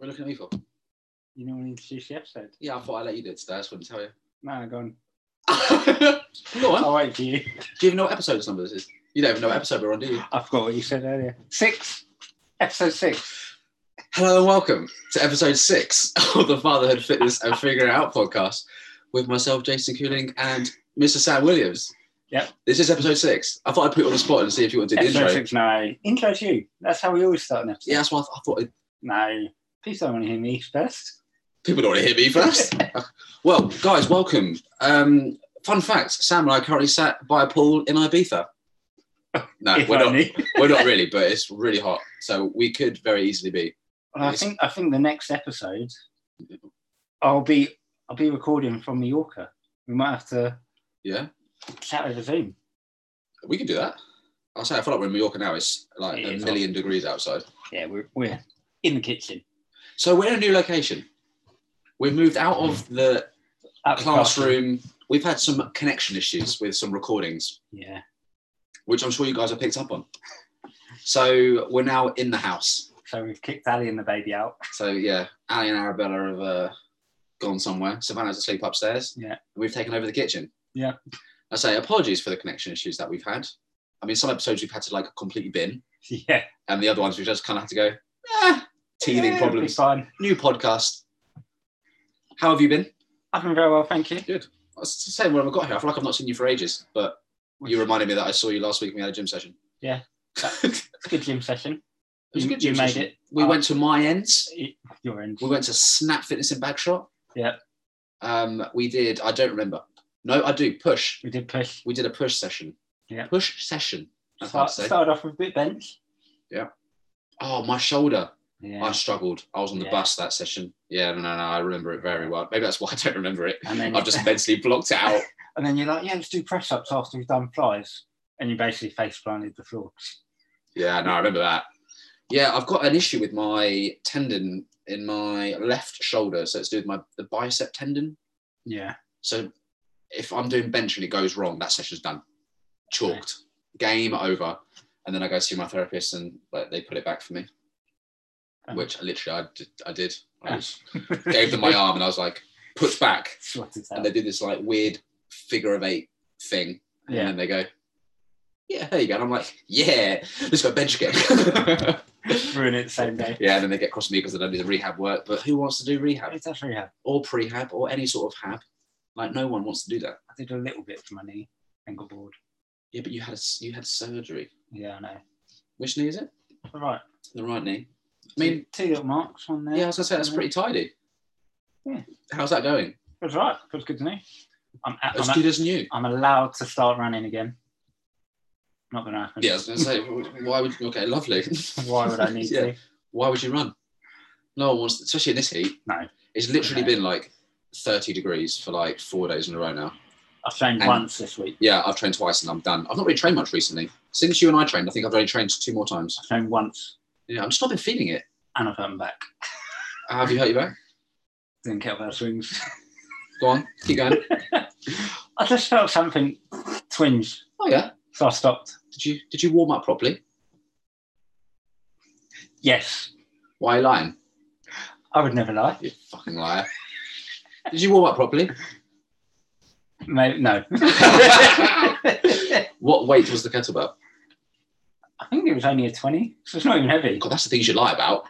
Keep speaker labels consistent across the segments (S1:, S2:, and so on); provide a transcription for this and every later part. S1: We're looking at evil.
S2: You know, we need to finish the episode.
S1: Yeah, I thought I'd let you do it today. I just wouldn't tell you.
S2: No, go on.
S1: Go on.
S2: I'll wait for you.
S1: Do you even know what episode this number this is? You don't even know what episode we're on, do you?
S2: I forgot what you said earlier. Six. Episode six.
S1: Hello and welcome to episode six of the Fatherhood Fitness and Figuring It Out podcast with myself, Jason Cooling, and Mr. Sam Williams.
S2: Yep.
S1: This is episode six. I thought I'd put you on the spot and see if you wanted to do the
S2: episode
S1: intro.
S2: six. No. Intro's you. That's how we always start an episode.
S1: Yeah, that's why I, th- I thought it-
S2: No. Please don't want to hear me first.
S1: people don't want to hear me first. well, guys, welcome. Um, fun fact Sam and I currently sat by a pool in Ibiza. No,
S2: If
S1: we're not,
S2: only.
S1: we're not really, but it's really hot. So we could very easily be.
S2: And I think I think the next episode, I'll be I'll be recording from Mallorca. We might have to
S1: Yeah,
S2: chat over Zoom.
S1: we can do that. I'll say, I feel like we're in Mallorca now. It's like
S2: It
S1: a
S2: is
S1: million degrees outside.
S2: Yeah, we're we're in the kitchen.
S1: So we're in a new location. We've moved out of the
S2: At the
S1: classroom. We've had some connection issues with some recordings,
S2: Yeah.
S1: which I'm sure you guys have picked up on. So we're now in the house.
S2: So we've kicked Ali and the baby out.
S1: So yeah, Ali and Arabella have uh, gone somewhere. Savannah's asleep upstairs.
S2: Yeah.
S1: We've taken over the kitchen.
S2: Yeah.
S1: I say apologies for the connection issues that we've had. I mean, some episodes we've had to like completely bin,
S2: Yeah.
S1: and the other ones we just kind of had to go, eh, teething
S2: Yeah, it'll be
S1: problems.
S2: Fine.
S1: new podcast. How have you been?
S2: I've been very well, thank you.
S1: I was saying when I got here, I feel like I've not seen you for ages, but you reminded me that I saw you last week when we had a gym session.
S2: Yeah.
S1: it
S2: It's a good gym session.
S1: was a
S2: You-
S1: good gym
S2: you made
S1: session.
S2: it.
S1: We
S2: Uh,
S1: went to My Ends.
S2: It- Your end.
S1: We went to Snap Fitness in Bagshot.
S2: Yeah.
S1: Um, we did, I don't remember. No, I do. Push.
S2: We did push.
S1: We did a push session.
S2: Yeah.
S1: Push session. That's hard
S2: Start,
S1: to say.
S2: started off with a bit bench.
S1: Oh, my shoulder.
S2: Yeah.
S1: I struggled. I was on the
S2: Yeah.
S1: bus that session. Yeah, no, no, no. I remember it very well. Maybe that's why I don't remember it.
S2: and then
S1: I've just mentally blocked it out.
S2: and then you're like, yeah, let's do press ups after we've done flies. And you basically face planted the floor.
S1: Yeah, no, I remember that. Yeah, I've got an issue with my tendon in my left shoulder, so it's to do with my the bicep tendon.
S2: Yeah.
S1: So if I'm doing bench and it goes wrong, that session's done, chalked, game over. And then I go see my therapist and like they put it back for me, which literally I did. I, did. I just gave them my arm and I was like, put back.
S2: Sorted
S1: And
S2: out.
S1: they do this like weird figure of eight thing, and
S2: Yeah.
S1: then they go, yeah, there you go. And I'm like, yeah, let's go bench again.
S2: Ruin it the same day.
S1: Yeah, and then they get cross with me because I don't do the rehab work. But who wants to do rehab
S2: It's actually yeah.
S1: or prehab or any sort of hab? Like no one wants to do that.
S2: I did a little bit for my knee and got bored.
S1: Yeah, but you had a, s- you had surgery.
S2: Yeah, I know.
S1: Which knee is it?
S2: All right.
S1: The right knee. I mean,
S2: two little marks on there.
S1: yeah, I was gonna say that's pretty tidy.
S2: Yeah.
S1: How's that going?
S2: That's right. Feels good to me. I'm, a-
S1: As
S2: I'm, a-
S1: good as new.
S2: I'm allowed to start running again. Not gonna happen.
S1: Yeah, I was gonna say, why would okay, lovely.
S2: Why would I need
S1: Yeah.
S2: to?
S1: Why would you run? No one wants, especially in this heat.
S2: No.
S1: It's literally
S2: No.
S1: been like 30 degrees for like four days in a row now.
S2: I've trained
S1: And-
S2: once this week.
S1: Yeah, I've trained twice and I'm done. I've not really trained much recently. Since you and I trained, I think I've only trained two more times.
S2: I've trained once
S1: Yeah, I'm just not been feeling it.
S2: and I've hurt my back.
S1: Have you hurt your back?
S2: Doing kettlebell swings.
S1: Go on, keep going.
S2: I just felt something twinge,
S1: Oh yeah.
S2: so I stopped.
S1: Did you did you warm up properly?
S2: Yes,
S1: Why are you lying?
S2: I would never lie.
S1: You fucking liar. Did you warm up properly?
S2: Maybe, no. I
S1: What weight was the kettlebell?
S2: think it was only a 20, so it's not even heavy.
S1: God, that's the things you lie about.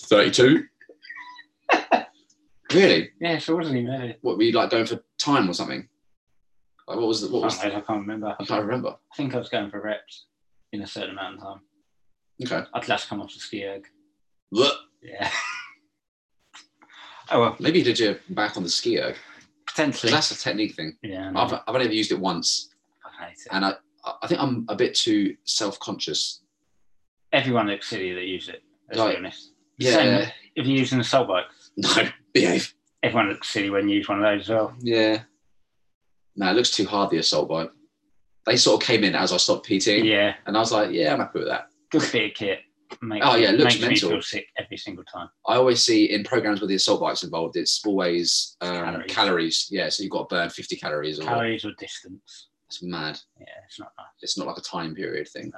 S1: Thirty-two. really?
S2: Yeah, so it wasn't even heavy.
S1: What were you like going for time or something? Like what was the,
S2: I,
S1: what was?
S2: don't know, I can't remember.
S1: I can't remember.
S2: I think I was going for reps in a certain amount of time.
S1: Okay.
S2: I'd last come off the ski erg.
S1: Look,
S2: Yeah. oh, well,
S1: maybe you did your back on the ski erg. 'Cause
S2: potentially.
S1: That's a technique thing.
S2: Yeah, no,
S1: I've, I've only ever used it once,
S2: I hate it.
S1: and I I think I'm a bit too self-conscious
S2: Everyone looks silly that use it, let's
S1: Like,
S2: be honest.
S1: Yeah.
S2: Same. If you're using a soul bike,
S1: No, behave.
S2: everyone looks silly when you use one of those as well.
S1: Yeah. No, it looks too hard, the assault bike. They sort of came in as I stopped PTing,
S2: Yeah,
S1: and I was like, yeah, I'm happy with that.
S2: good bit of kit. Makes,
S1: Oh, yeah, it looks
S2: makes
S1: mental.
S2: me feel sick every single time.
S1: I always see in programs with the assault bikes involved, it's always um, calories.
S2: Calories.
S1: Yeah, so you've got to burn 50 calories. Or,
S2: Calories or distance.
S1: It's mad.
S2: Yeah, it's not nice.
S1: It's not like a time period thing.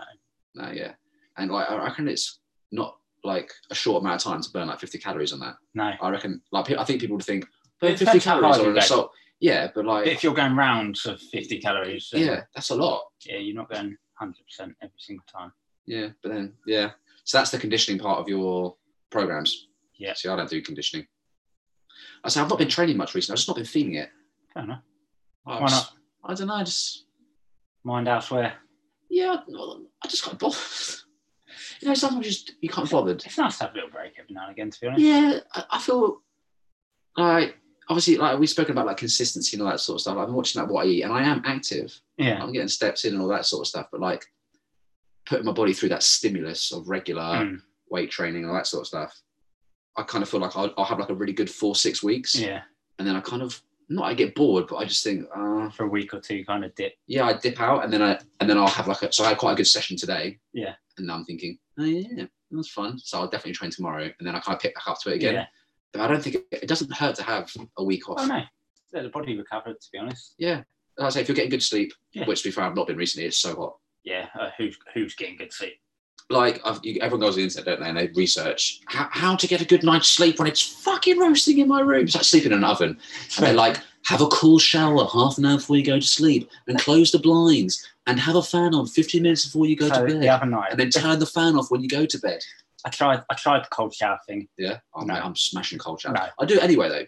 S2: No.
S1: No, yeah. And like, I reckon it's not like a short amount of time to burn like 50 calories on that.
S2: No.
S1: I reckon, like, pe- I think people would think,
S2: It
S1: burn 50
S2: depends how
S1: calories
S2: hard
S1: on
S2: you
S1: an
S2: go.
S1: assault. Yeah, but
S2: But
S1: like,
S2: if you're going rounds of 50 calories, then,
S1: yeah, that's a lot.
S2: yeah, you're not going 100% every single time.
S1: Yeah, but then, yeah. So that's the conditioning part of your programs.
S2: Yeah.
S1: See, I don't do conditioning. I say, I've not been training much recently. I've just not been feeling it.
S2: Fair enough.
S1: I
S2: Why
S1: just- I don't know. I just,
S2: Mind elsewhere.
S1: yeah, I- I just can't bother. You know, sometimes you just, you can't be bothered.
S2: It's nice to have a little break every now and again, to be honest.
S1: Yeah, I, I feel like obviously like we've spoken about like consistency and all that sort of stuff. I've been watching that what I eat and I am active.
S2: Yeah.
S1: I'm getting steps in and all that sort of stuff, but like putting my body through that stimulus of regular
S2: Mm,
S1: weight training and all that sort of stuff. I kind of feel like I'll, I'll have like a really good four six weeks,
S2: yeah.
S1: and then I kind of not I get bored, but I just think, uh,
S2: For a week or two, kind of dip.
S1: yeah, I dip out, and then I and then I'll have like a so I had quite a good session today.
S2: Yeah.
S1: and now I'm thinking, oh yeah, that was fun. So I'll definitely train tomorrow, and then I kind of pick back up to it again.
S2: Yeah.
S1: But I don't think it, it doesn't hurt to have a week off.
S2: Oh, no. Let the body recover, to be honest.
S1: Yeah. Like I say, if you're getting good sleep,
S2: Yeah.
S1: which to be fair, I've not been recently, it's so hot.
S2: Yeah. Uh, who's, who's getting good sleep?
S1: Like, I've, you, everyone goes on the internet, don't they? And they research how, how to get a good night's sleep when it's fucking roasting in my room. It's like sleeping in an oven. And they're like, have a cool shower half an hour before you go to sleep and close the blinds and have a fan on 15 minutes before you go
S2: so
S1: to bed.
S2: the other night,
S1: And then turn the fan off when you go to bed.
S2: I tried, I tried the cold shower thing.
S1: Yeah. Oh,
S2: No.
S1: mate, I'm smashing cold showers.
S2: No.
S1: I do it anyway, though.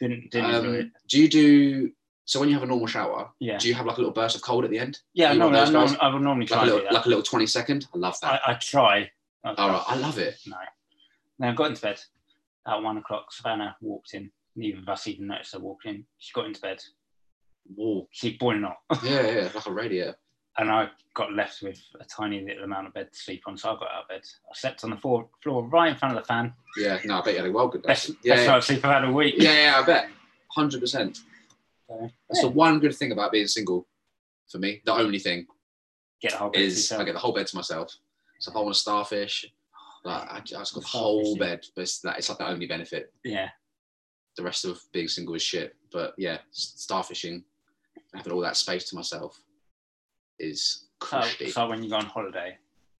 S2: Didn't, didn't
S1: Um,
S2: enjoy it.
S1: Do you do so when you have a normal shower?
S2: Yeah.
S1: Do you have like a little burst of cold at the end?
S2: Yeah,
S1: you
S2: no,
S1: want
S2: I,
S1: those
S2: norm-
S1: guys?
S2: I would normally
S1: Like a
S2: try to do
S1: little,
S2: that.
S1: like a little twenty second. I love that.
S2: I, I try. I-
S1: All right, I love it.
S2: No. Now I got into bed at one o'clock. Savannah walked in. Neither of us even noticed her walking in. She got into bed.
S1: Whoa.
S2: She boiling hot.
S1: Yeah, yeah, like a radiator.
S2: And I got left with a tiny little amount of bed to sleep on. So I got out of bed. I slept on the floor, floor right in front of the fan.
S1: Yeah, no, I bet you had a well good day.
S2: Best,
S1: Yeah,
S2: best
S1: yeah,
S2: night of sleep I've had all week.
S1: yeah, yeah, I bet. Hundred percent.
S2: Okay.
S1: That's the one good thing about being single, for me. The only thing
S2: Get the whole bed to
S1: is
S2: yourself.
S1: I get the whole bed to myself. So if I want a starfish, like I, I just got the
S2: Starfish,
S1: whole
S2: yeah.
S1: bed. But it's, that, it's like the only benefit.
S2: Yeah.
S1: the rest of being single is shit. But yeah, s- starfishing, having all that space to myself is
S2: So,
S1: crusty.
S2: Oh, so when you go on holiday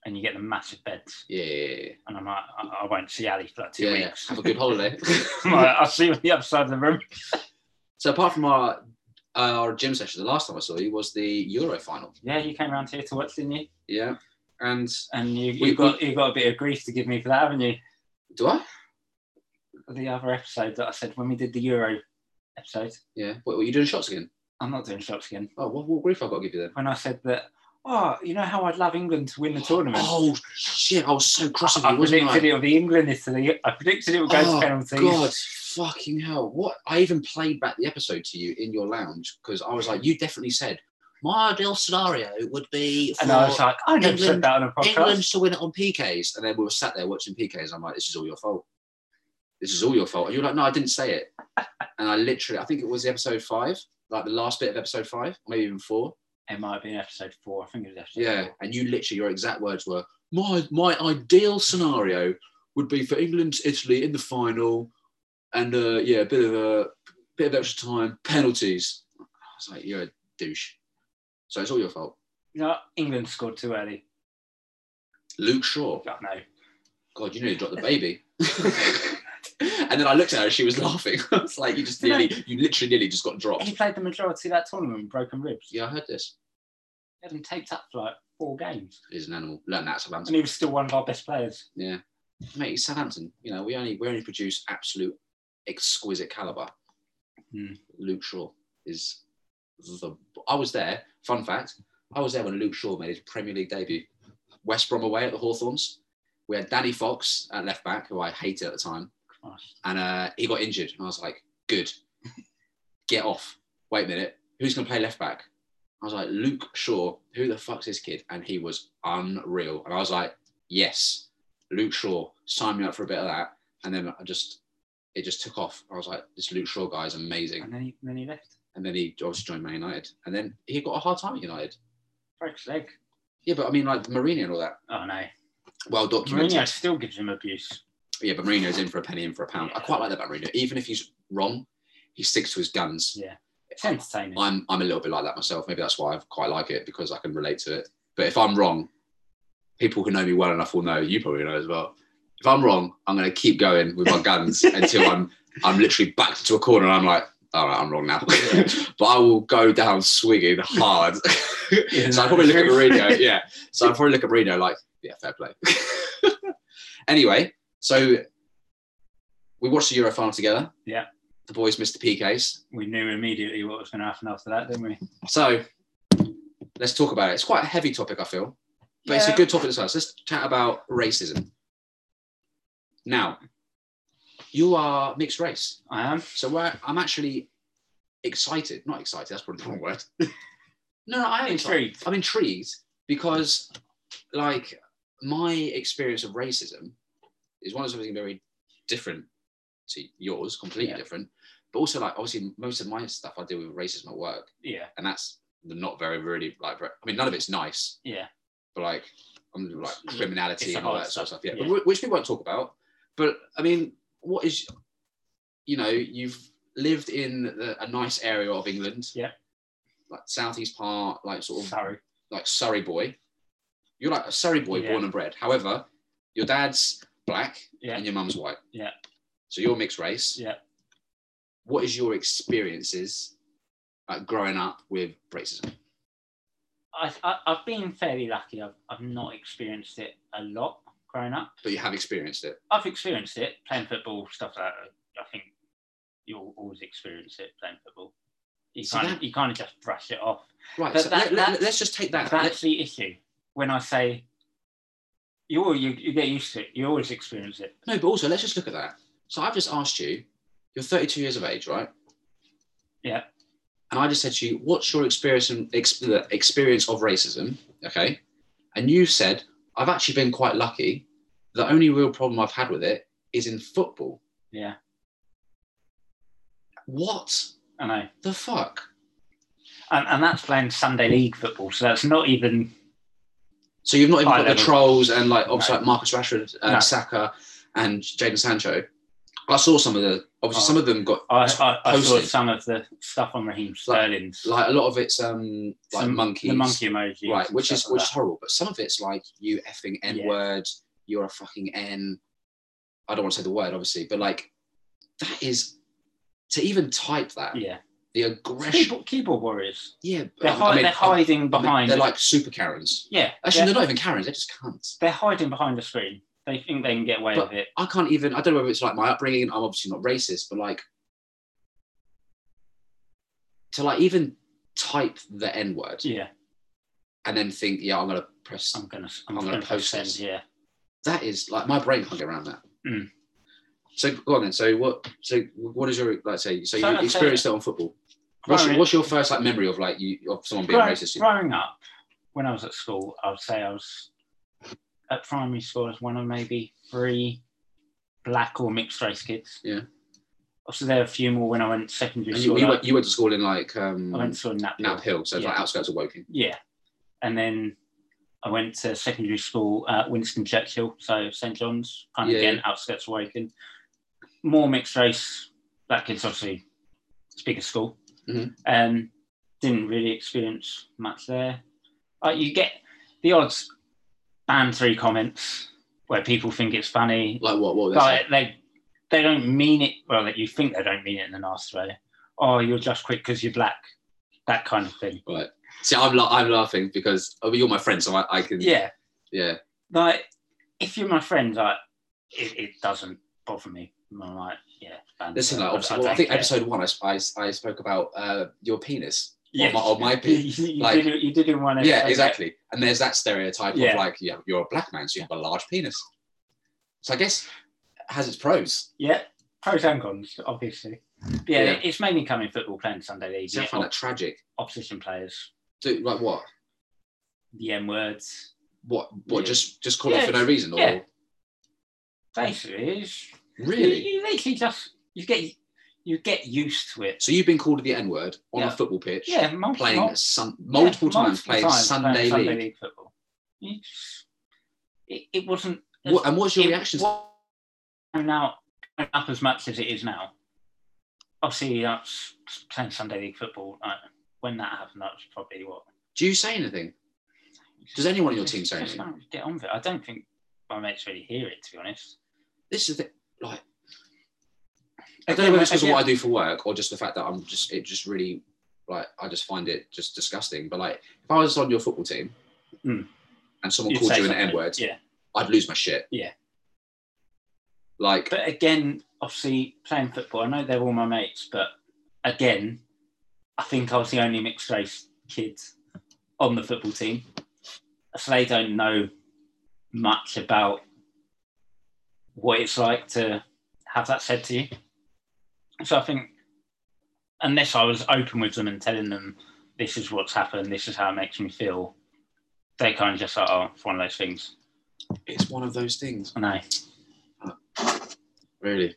S2: and you get the massive beds,
S1: yeah, yeah,
S2: and I'm like, I, I won't see Ali for like two
S1: yeah, yeah.
S2: weeks.
S1: Have a good holiday.
S2: I'm like, I'll see you on the other side of the room.
S1: so apart from our our gym session, the last time I saw you was the Euro final.
S2: Yeah, you came round here to watch, didn't you?
S1: Yeah, and
S2: And you,
S1: We-
S2: you got you got a bit of grief to give me for that, haven't you?
S1: do I?
S2: The other episode that I said when we did the Euro episode,
S1: Yeah. What, were you doing shots again?
S2: I'm not doing shots again.
S1: Oh, what, what grief I got to give you then?
S2: When I said that, oh, you know how I'd love England to win the tournament.
S1: Oh shit! I was so cross with
S2: I, I
S1: you, wasn't
S2: predicted
S1: I?
S2: it would be England this the I predicted it would go
S1: Oh,
S2: to penalties.
S1: God, fucking hell! What I even played back the episode to you in your lounge because I was like, you definitely said my ideal scenario would be for
S2: And I was like, I never said
S1: England-
S2: that on a podcast.
S1: England to win it on PKs, and then we were sat there watching PKs. I'm like, this is all your fault. This is all your fault. And you're like, no, I didn't say it. and I literally, I think it was episode five, like the last bit of episode five, maybe even four.
S2: It might have been episode four. I think it was episode
S1: Yeah,
S2: four.
S1: and you literally your exact words were my my ideal scenario would be for England to Italy in the final, and uh, yeah, a bit of a bit of extra time, penalties. I was like, you're a douche. So it's all your fault,
S2: No, England scored too early.
S1: Luke Shaw.
S2: God, no.
S1: God, you nearly dropped the baby. and then I looked at her, and she was laughing. I was like, you just nearly, you literally nearly just got dropped.
S2: He played the majority of that tournament with broken ribs.
S1: Yeah, I heard this.
S2: He had him taped up for like four games.
S1: He's an animal. Learn that, Southampton.
S2: And he was still one of our best players.
S1: Yeah, mate, it's Southampton. You know, we only we only produce absolute exquisite caliber.
S2: Hmm.
S1: Luke Shaw is the. I was there. Fun fact: I was there when Luke Shaw made his Premier League debut. West Brom away at the Hawthorns. We had Danny Fox at left back, who I hated at the time,
S2: Christ.
S1: and uh, he got injured. And I was like, "Good, get off. Wait a minute, who's going to play left back?" I was like, "Luke Shaw. Who the fuck's this kid?" And he was unreal. And I was like, "Yes, Luke Shaw, sign me up for a bit of that. And then I just, it just took off. I was like, this Luke Shaw guy is amazing.
S2: And then he, then he left.
S1: And then he obviously joined Man United. And then he got a hard time at United.
S2: Broke his leg.
S1: Yeah, but I mean, like Mourinho and all that,
S2: Oh, no.
S1: well documented.
S2: Mourinho still gives him abuse.
S1: Yeah, but Mourinho's in for a penny, in for a pound. I quite like that about Mourinho. Even if he's wrong, he sticks to his guns.
S2: Yeah. It's entertaining.
S1: I'm, I'm a little bit like that myself. Maybe that's why I quite like it because I can relate to it. But if I'm wrong, people who know me well enough will know. You probably know as well. if I'm wrong, I'm going to keep going with my guns until I'm I'm literally backed to a corner and I'm like, all right, I'm wrong now. but I will go down swinging hard.
S2: Yeah,
S1: so I
S2: no,
S1: probably look at
S2: true.
S1: Mourinho. Yeah. So I probably look at Mourinho like, yeah, fair play. anyway, so we watched the Euro final together.
S2: Yeah.
S1: The boys missed the PKs.
S2: We knew immediately what was going to happen after that, didn't we?
S1: So let's talk about it. It's quite a heavy topic, I feel, but it's a good topic to discuss. Let's chat about racism. Now, you are mixed race.
S2: I am.
S1: So we're, I'm actually excited. Not excited. That's probably the wrong word. no, no, I am excited.
S2: Intrigued.
S1: I'm intrigued because, like, my experience of racism is one of something very different to yours, completely
S2: Yeah.
S1: different. But also, like, obviously, most of my stuff I deal with racism at work,
S2: Yeah,
S1: and that's not very, really, like, very, I mean, none of it's nice,
S2: yeah,
S1: but like, I'm like criminality
S2: It's a
S1: and all
S2: hard
S1: that sort of stuff.
S2: stuff,
S1: Yeah,
S2: yeah.
S1: But wh- which we won't talk about. But I mean, what is, you know, you've lived in the, a nice area of England.
S2: Yeah.
S1: Like southeast part, like sort of
S2: sorry.
S1: like Surrey boy. You're like a Surrey boy
S2: Yeah.
S1: born and bred. However, your dad's black
S2: Yeah.
S1: and your mum's white.
S2: Yeah.
S1: So you're mixed race.
S2: Yeah.
S1: What is your experiences like growing up with racism?
S2: I, I, I've been fairly lucky. I've, I've not experienced it a lot growing up.
S1: But you have experienced it.
S2: I've experienced it playing football, stuff like that. I think you'll always experience it playing football. You
S1: So
S2: kind of
S1: that-
S2: you kind of just brush it off.
S1: Right.
S2: But
S1: So
S2: that-
S1: let,
S2: that's-
S1: us just take that.
S2: That's the issue. When I say you, all- you you get used to it. You always experience it.
S1: Let- no, but also let's just look at that. So I've just asked you, you're 32 years of age, right?
S2: Yeah.
S1: And I just said to you, what's your experience and ex- the experience of racism? Okay. And you said, I've actually been quite lucky. The only real problem I've had with it is in football.
S2: Yeah,
S1: What
S2: I know.
S1: the fuck?
S2: And, and that's playing Sunday league football, so that's not even
S1: So you've not even
S2: High
S1: got the
S2: level.
S1: trolls and like obviously
S2: No.
S1: like Marcus Rashford and
S2: No.
S1: Saka and Jaden Sancho. I saw some of the obviously
S2: Oh.
S1: some of them got
S2: I, I, I saw
S1: Posted.
S2: some of the stuff on Raheem Sterling's
S1: like a lot of it's um like
S2: some-
S1: monkeys.
S2: the monkey emoji,
S1: right, which is which is horrible. But some of it's like you effing
S2: Yeah.
S1: n word, you're a fucking n. I don't want to say the word, obviously, but like that is to even type that
S2: yeah,
S1: the aggression.
S2: keyboard, keyboard warriors.
S1: Yeah,
S2: They're,
S1: Um, I
S2: hi-
S1: mean,
S2: they're hiding
S1: I mean,
S2: behind.
S1: They're like super Karens.
S2: yeah,
S1: Actually,
S2: they're,
S1: they're not even Karens. They're just cunts.
S2: they're hiding behind the screen. They think they can get away
S1: But-
S2: with it.
S1: I can't even. I don't know whether it's like my upbringing. I'm obviously not racist, but like to like even type the n word
S2: Yeah, Um.
S1: and then think, yeah, I'm gonna press
S2: I'm gonna, I'm,
S1: I'm
S2: gonna,
S1: gonna post
S2: post send.
S1: this.
S2: Yeah,
S1: that is like my brain can't get around that.
S2: Mm.
S1: So go on then. So what? So what is your like? Say so,
S2: So I'd
S1: you
S2: say-
S1: experienced it on football. What's your,
S2: Growing-
S1: what's your first like memory of like you of someone being
S2: growing,
S1: racist? to you?
S2: growing up, when I was at school, I'd say I was at primary school as one of maybe three black or mixed race kids.
S1: Yeah.
S2: Also, there were a few more when I went to secondary
S1: And you,
S2: school.
S1: you
S2: I-
S1: went, you went to school in like
S2: I
S1: um,
S2: went to a nap.
S1: Knapp Hill, so it's like
S2: Yeah.
S1: outskirts of Woking.
S2: Yeah. And then I went to secondary school at Winston Churchill, so St John's, kind of
S1: Yeah.
S2: again, outskirts of Woking. More mixed race, black kids obviously, it's bigger school.
S1: Mhm.
S2: Um, didn't really experience much there. Like you get the odds band three comments where people think it's funny.
S1: Like what? What? was that?
S2: Like they they don't mean it. Well, like you think they don't mean it in a nasty way. Oh, you're just quick because you're black. That kind of thing.
S1: Right. See, I'm la- I'm laughing because oh, but you're my friend, so I, I can.
S2: Yeah.
S1: Yeah.
S2: like if you're my friend, like it, it doesn't bother me. I'm like, yeah. banter.
S1: Listen, like,
S2: I-
S1: obviously, well, I
S2: don't
S1: think
S2: care.
S1: episode one, I, I, I spoke about uh, your penis.
S2: Yeah.
S1: Or my, or my
S2: you,
S1: penis.
S2: you, you
S1: like-
S2: did, it- you did in one.
S1: yeah,
S2: episode,
S1: exactly. And there's that stereotype
S2: Yeah.
S1: of like, yeah, you're a black man, so you have a large penis. So I guess it has its pros.
S2: Yeah, pros and cons, obviously. But yeah,
S1: Yeah.
S2: it's mainly coming football playing Sunday league.
S1: See, I
S2: Yeah,
S1: find that tragic.
S2: opposition players,
S1: Do, like what?
S2: the M words.
S1: What? What?
S2: Yeah.
S1: Just just call
S2: Yeah,
S1: it for no reason, or
S2: yeah. Basically, it's,
S1: really?
S2: you, you literally just you get you get used to it.
S1: So you've been called the N word on a
S2: Yeah.
S1: football pitch,
S2: Yeah, multi-
S1: playing
S2: mul-
S1: sun- multiple
S2: yeah,
S1: times, playing Sunday
S2: playing
S1: league.
S2: football. You just- It, it wasn't.
S1: What, and what's your
S2: it
S1: reaction? to-
S2: wasn't now going up as much as it is now. Obviously, that's playing Sunday league football. Like, when that happened, that was probably what.
S1: Do you say anything? Does anyone in your team say
S2: Just
S1: anything?
S2: don't Get on with it. I don't think my mates really hear it, to be honest.
S1: this is the, like I don't know whether it's because of what I do for work or just the fact that I'm just it just really like I just find it just disgusting. But like if I was on your football team
S2: Mm.
S1: and someone
S2: You'd
S1: called
S2: say
S1: you an
S2: something,
S1: N word,
S2: Yeah.
S1: I'd lose my shit.
S2: Yeah.
S1: Like
S2: But again, obviously playing football, I know they're all my mates, but again, I think I was the only mixed race kid on the football team. So they don't know much about what it's like to have that said to you. So I think unless I was open with them and telling them this is what's happened, this is how it makes me feel, they kind of just like, oh, it's one of those things.
S1: it's one of those things.
S2: I know.
S1: really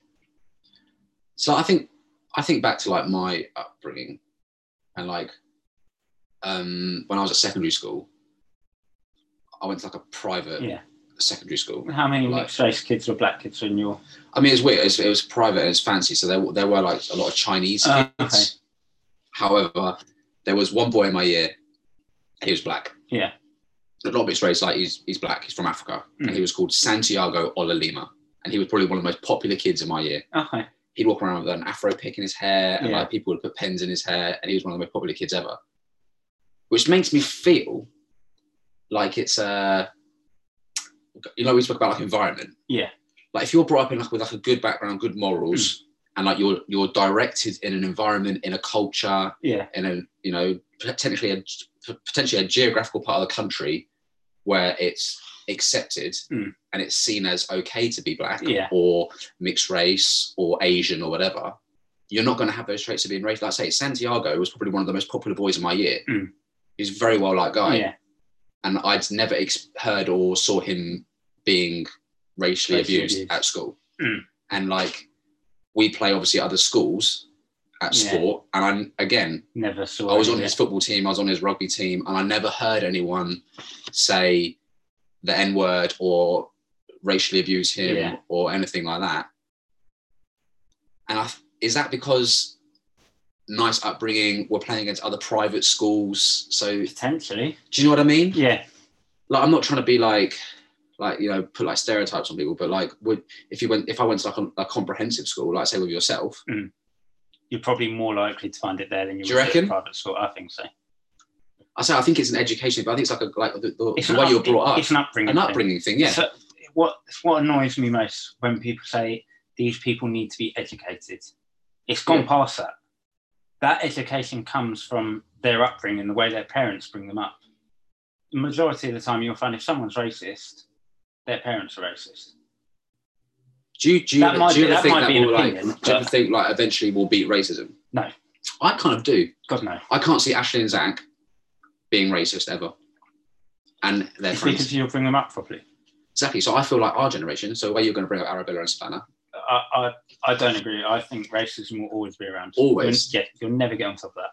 S1: so i think i think back to like my upbringing and like um when i was at secondary school i went to like a private
S2: Yeah.
S1: secondary school
S2: How many
S1: Like-
S2: mixed race kids were black kids in your
S1: i mean it's weird it's, it was private and it's fancy so there, there were like a lot of chinese
S2: Uh,
S1: kids however there was one boy in my year he was black
S2: Yeah.
S1: a lot of it's race like he's, he's black he's from africa and
S2: Mm.
S1: he was called santiago olalima and he was probably one of the most popular kids in my year
S2: Okay.
S1: he'd walk around with an afro pick in his hair and
S2: Yeah.
S1: like people would put pens in his hair and he was one of the most popular kids ever which makes me feel like it's uh you know we spoke about like environment
S2: Yeah. Hmm.
S1: like if you're brought up in like with like a good background good morals and like you're you're directed in an environment in a culture
S2: Yeah.
S1: in a you know potentially a potentially a geographical part of the country where it's accepted
S2: Mm.
S1: and it's seen as okay to be black
S2: Yeah.
S1: or mixed race or Asian or whatever, you're not going to have those traits of being raised. Like I say, Santiago was probably one of the most popular boys in my year.
S2: Mm.
S1: He's a very well liked guy,
S2: Yeah.
S1: and I'd never ex- heard or saw him being racially
S2: Racially
S1: abused,
S2: abused.
S1: at school.
S2: Mm.
S1: And like, we play obviously at other schools at
S2: Yeah.
S1: sport, and I'm again
S2: Never saw.
S1: I was
S2: any
S1: on
S2: of
S1: his
S2: it.
S1: football team, I was on his rugby team, and I never heard anyone say the N word or racially abuse him
S2: Yeah.
S1: or anything like that. And I, th- is that because nice upbringing, we're playing against other private schools? So do
S2: Potentially.
S1: you know what I mean?
S2: Yeah.
S1: Like, I'm not trying to be like, like you know, put like stereotypes on people, but like, would if you went if I went to like a, a comprehensive school, like say with yourself,
S2: You're probably more likely to find it there than you
S1: Do you
S2: would at a
S1: reckon?
S2: private school. I think so.
S1: I say I think it's an education, but I think it's like a like the, the,
S2: It's
S1: the
S2: an
S1: way
S2: up-
S1: you're brought up,
S2: It's an upbringing.
S1: an
S2: thing.
S1: upbringing thing, yeah.
S2: So what what annoys me most when people say these people need to be educated, it's gone
S1: Yeah.
S2: past that. That education comes from their upbringing, the way their parents bring them up. The majority of the time, you'll find if someone's racist, their parents are racist.
S1: Do you, do you,
S2: That might
S1: do you
S2: be-
S1: ever
S2: that
S1: think
S2: might
S1: that
S2: be an
S1: will like?
S2: opinion,
S1: do you ever
S2: but-
S1: think like eventually we'll beat racism?
S2: No.
S1: I kind of do.
S2: God no.
S1: I can't see Ashley and Zach being racist ever, and their
S2: It's
S1: friends.
S2: because you'll bring them up properly.
S1: Exactly. So I feel like our generation. So where you're going to bring up Arabella and Savannah?
S2: I, I, I don't agree. I think racism will always be around.
S1: Always?
S2: You'll, yeah, you'll never get on top of that.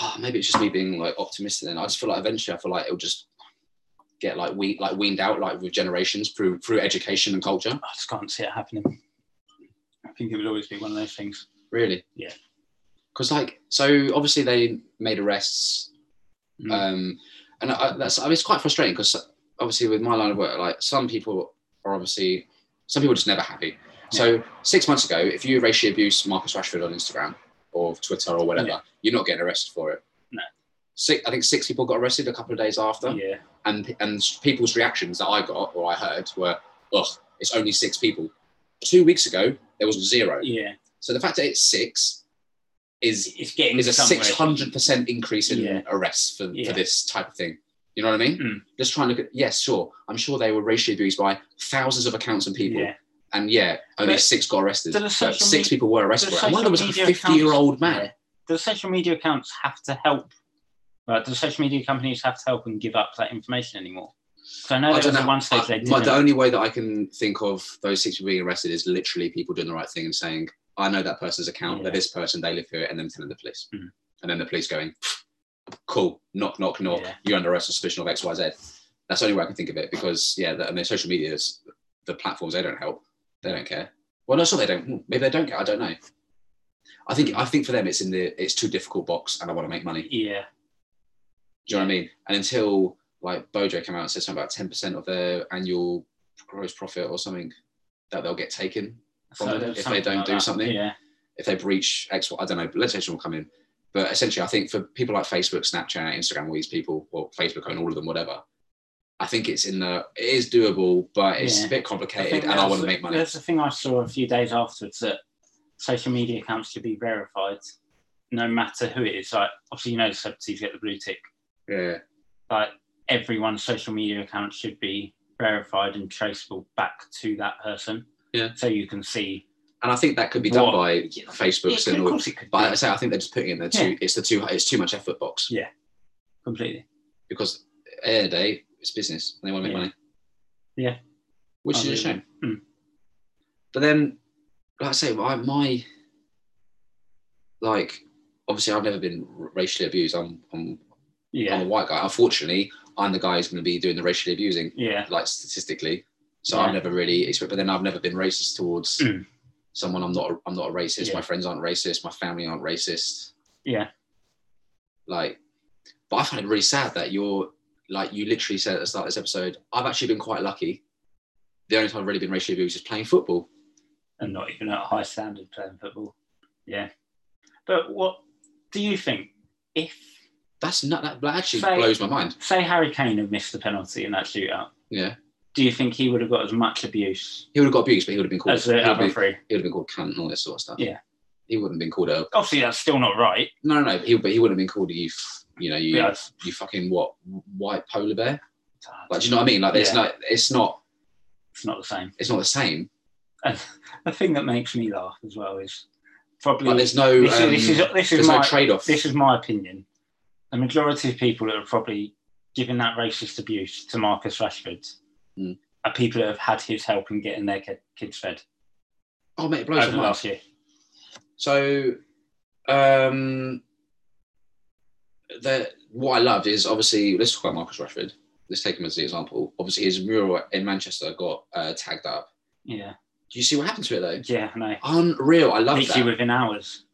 S1: Oh, maybe it's just me being like optimistic. Then I just feel like eventually I feel like it'll just get like we like weaned out like with generations through through education and culture.
S2: I just can't see it happening. I think it would always be one of those things.
S1: Really.
S2: Yeah.
S1: Because like so obviously they made arrests
S2: Mm.
S1: Um, and I, that's I mean, it's quite frustrating because obviously with my line of work, like some people are obviously some people are just never happy. So six months ago, if you racially abuse Marcus Rashford on Instagram or Twitter or whatever,
S2: Yeah.
S1: you're not getting arrested for it.
S2: No.
S1: Six, I think six people got arrested a couple of days after,
S2: yeah.
S1: and and people's reactions that I got or I heard were, "Ugh, it's only six people." Two weeks ago, there was zero.
S2: Yeah.
S1: So the fact that it's six is
S2: It's getting
S1: is a
S2: somewhere.
S1: six hundred percent increase in
S2: Yeah.
S1: arrests for,
S2: Yeah.
S1: for this type of thing. You know what I mean?
S2: Mm.
S1: Let's try and look at yes, sure. I'm sure they were racially abused by thousands of accounts and people,
S2: Yeah.
S1: and yeah, only
S2: But
S1: six got arrested.
S2: do the
S1: But
S2: social
S1: six
S2: me-
S1: people were arrested.
S2: do
S1: for it. And one of them was
S2: social
S1: like a
S2: media
S1: fifty-year-old man.
S2: Yeah. The social media accounts have to help. Right? The social media companies have to help and give up that information anymore. So I know
S1: I
S2: there
S1: don't
S2: was
S1: know.
S2: at one stage they
S1: I- my-
S2: didn't.
S1: the only way that I can think of those six people being arrested is literally people doing the right thing and saying, "I know that person's account.
S2: Yeah.
S1: They're this person. They live here," and then telling the police,
S2: Mm.
S1: and then the police going, "Cool, knock, knock, knock.
S2: Yeah.
S1: You're under arrest for suspicion of X, Y, Z." That's the only way I can think of it because yeah, the, I mean, social media is the platforms. They don't help. They don't care. Well, no, sure they don't. Hmm, Maybe they don't care. I don't know. I think I think for them it's in the it's too difficult box, and I want to make money.
S2: yeah.
S1: Do you know what I mean? And until like Bojo came out and said something about ten percent of their annual gross profit or something, that they'll get taken
S2: So
S1: From-
S2: there
S1: if
S2: was
S1: they
S2: something
S1: don't
S2: like
S1: do
S2: that.
S1: something.
S2: Yeah.
S1: if they breach X. I don't know. Legislation will come in, but essentially, I think for people like Facebook, Snapchat, Instagram, all these people, well, Facebook and all of them, whatever. I think it's in the it is doable, but it's
S2: Yeah.
S1: a bit
S2: I
S1: complicated,
S2: think
S1: and I
S2: there's-
S1: want to make money.
S2: There's a thing I saw a few days afterwards that social media accounts should be verified, no matter who it is. Like obviously, you know, celebrities get the blue tick.
S1: Yeah,
S2: Like everyone's social media account should be verified and traceable back to that person.
S1: Yeah.
S2: So you can see.
S1: and I think that could be done
S2: What?
S1: by
S2: Yeah,
S1: Facebook's
S2: Yeah,
S1: and
S2: of
S1: all.
S2: course it could
S1: But I
S2: be.
S1: say I think they're just putting in the too. It's the too. It's too much effort box
S2: completely.
S1: because at the end of the day, it's business. And they want to make
S2: Yeah.
S1: money.
S2: Yeah. Hmm.
S1: Which is a shame.
S2: Unbelievable.
S1: But then, like I say, my, my like obviously I've never been r- racially abused. I'm I'm, I'm
S2: Yeah.
S1: a white guy. Unfortunately, I'm the guy who's going to be doing the racially abusing,
S2: Yeah.
S1: like statistically. So
S2: Yeah.
S1: I've never really experienced. But then I've never been racist towards
S2: Mm.
S1: someone. I'm not. a- I'm not a racist.
S2: Yeah.
S1: My friends aren't racist. My family aren't racist.
S2: Yeah.
S1: Like, but I find it really sad that you're like you literally said at the start of this episode. I've actually been quite lucky. The only time I've really been racially abused is playing football.
S2: and not even at a high standard playing football. Yeah. But what do you think if,
S1: That's not that, that actually
S2: Say-
S1: blows my mind.
S2: say, Harry Kane had missed the penalty in that shootout?
S1: Yeah.
S2: Do you think he would have got as much abuse
S1: He would have got abused, but he would have been called.
S2: as
S1: He would
S2: the
S1: have
S2: other
S1: been,
S2: three?
S1: he would have been called cunt and all this sort of stuff.
S2: Yeah.
S1: He wouldn't have been called a
S2: Obviously, that's still not right.
S1: no, no, no. He, but he wouldn't have been called a you. f- You know, you
S2: Yeah.
S1: you fucking what white polar bear? Like, do you know what I mean? Like, it's
S2: Yeah.
S1: not. It's not.
S2: It's not the same.
S1: It's not the same.
S2: And the thing that makes me laugh as well is
S1: Like,
S2: probably
S1: there's no. Um,
S2: Mm. this, is, this is this is
S1: there's
S2: my
S1: no trade off.
S2: this is my opinion. The majority of people that are probably giving that racist abuse to Marcus Rashford
S1: Mm.
S2: are people that have had his help in getting their ki- kids fed
S1: Oh mate, it blows
S2: over
S1: my
S2: the
S1: mind.
S2: last year.
S1: So, um, the what I loved is obviously let's talk about Marcus Rashford. Let's take him as the example. Obviously, his mural in Manchester got uh, tagged up.
S2: Yeah,
S1: Do you see what happened to it though?
S2: yeah, I know.
S1: Unreal. I love
S2: Literally
S1: that.
S2: within hours.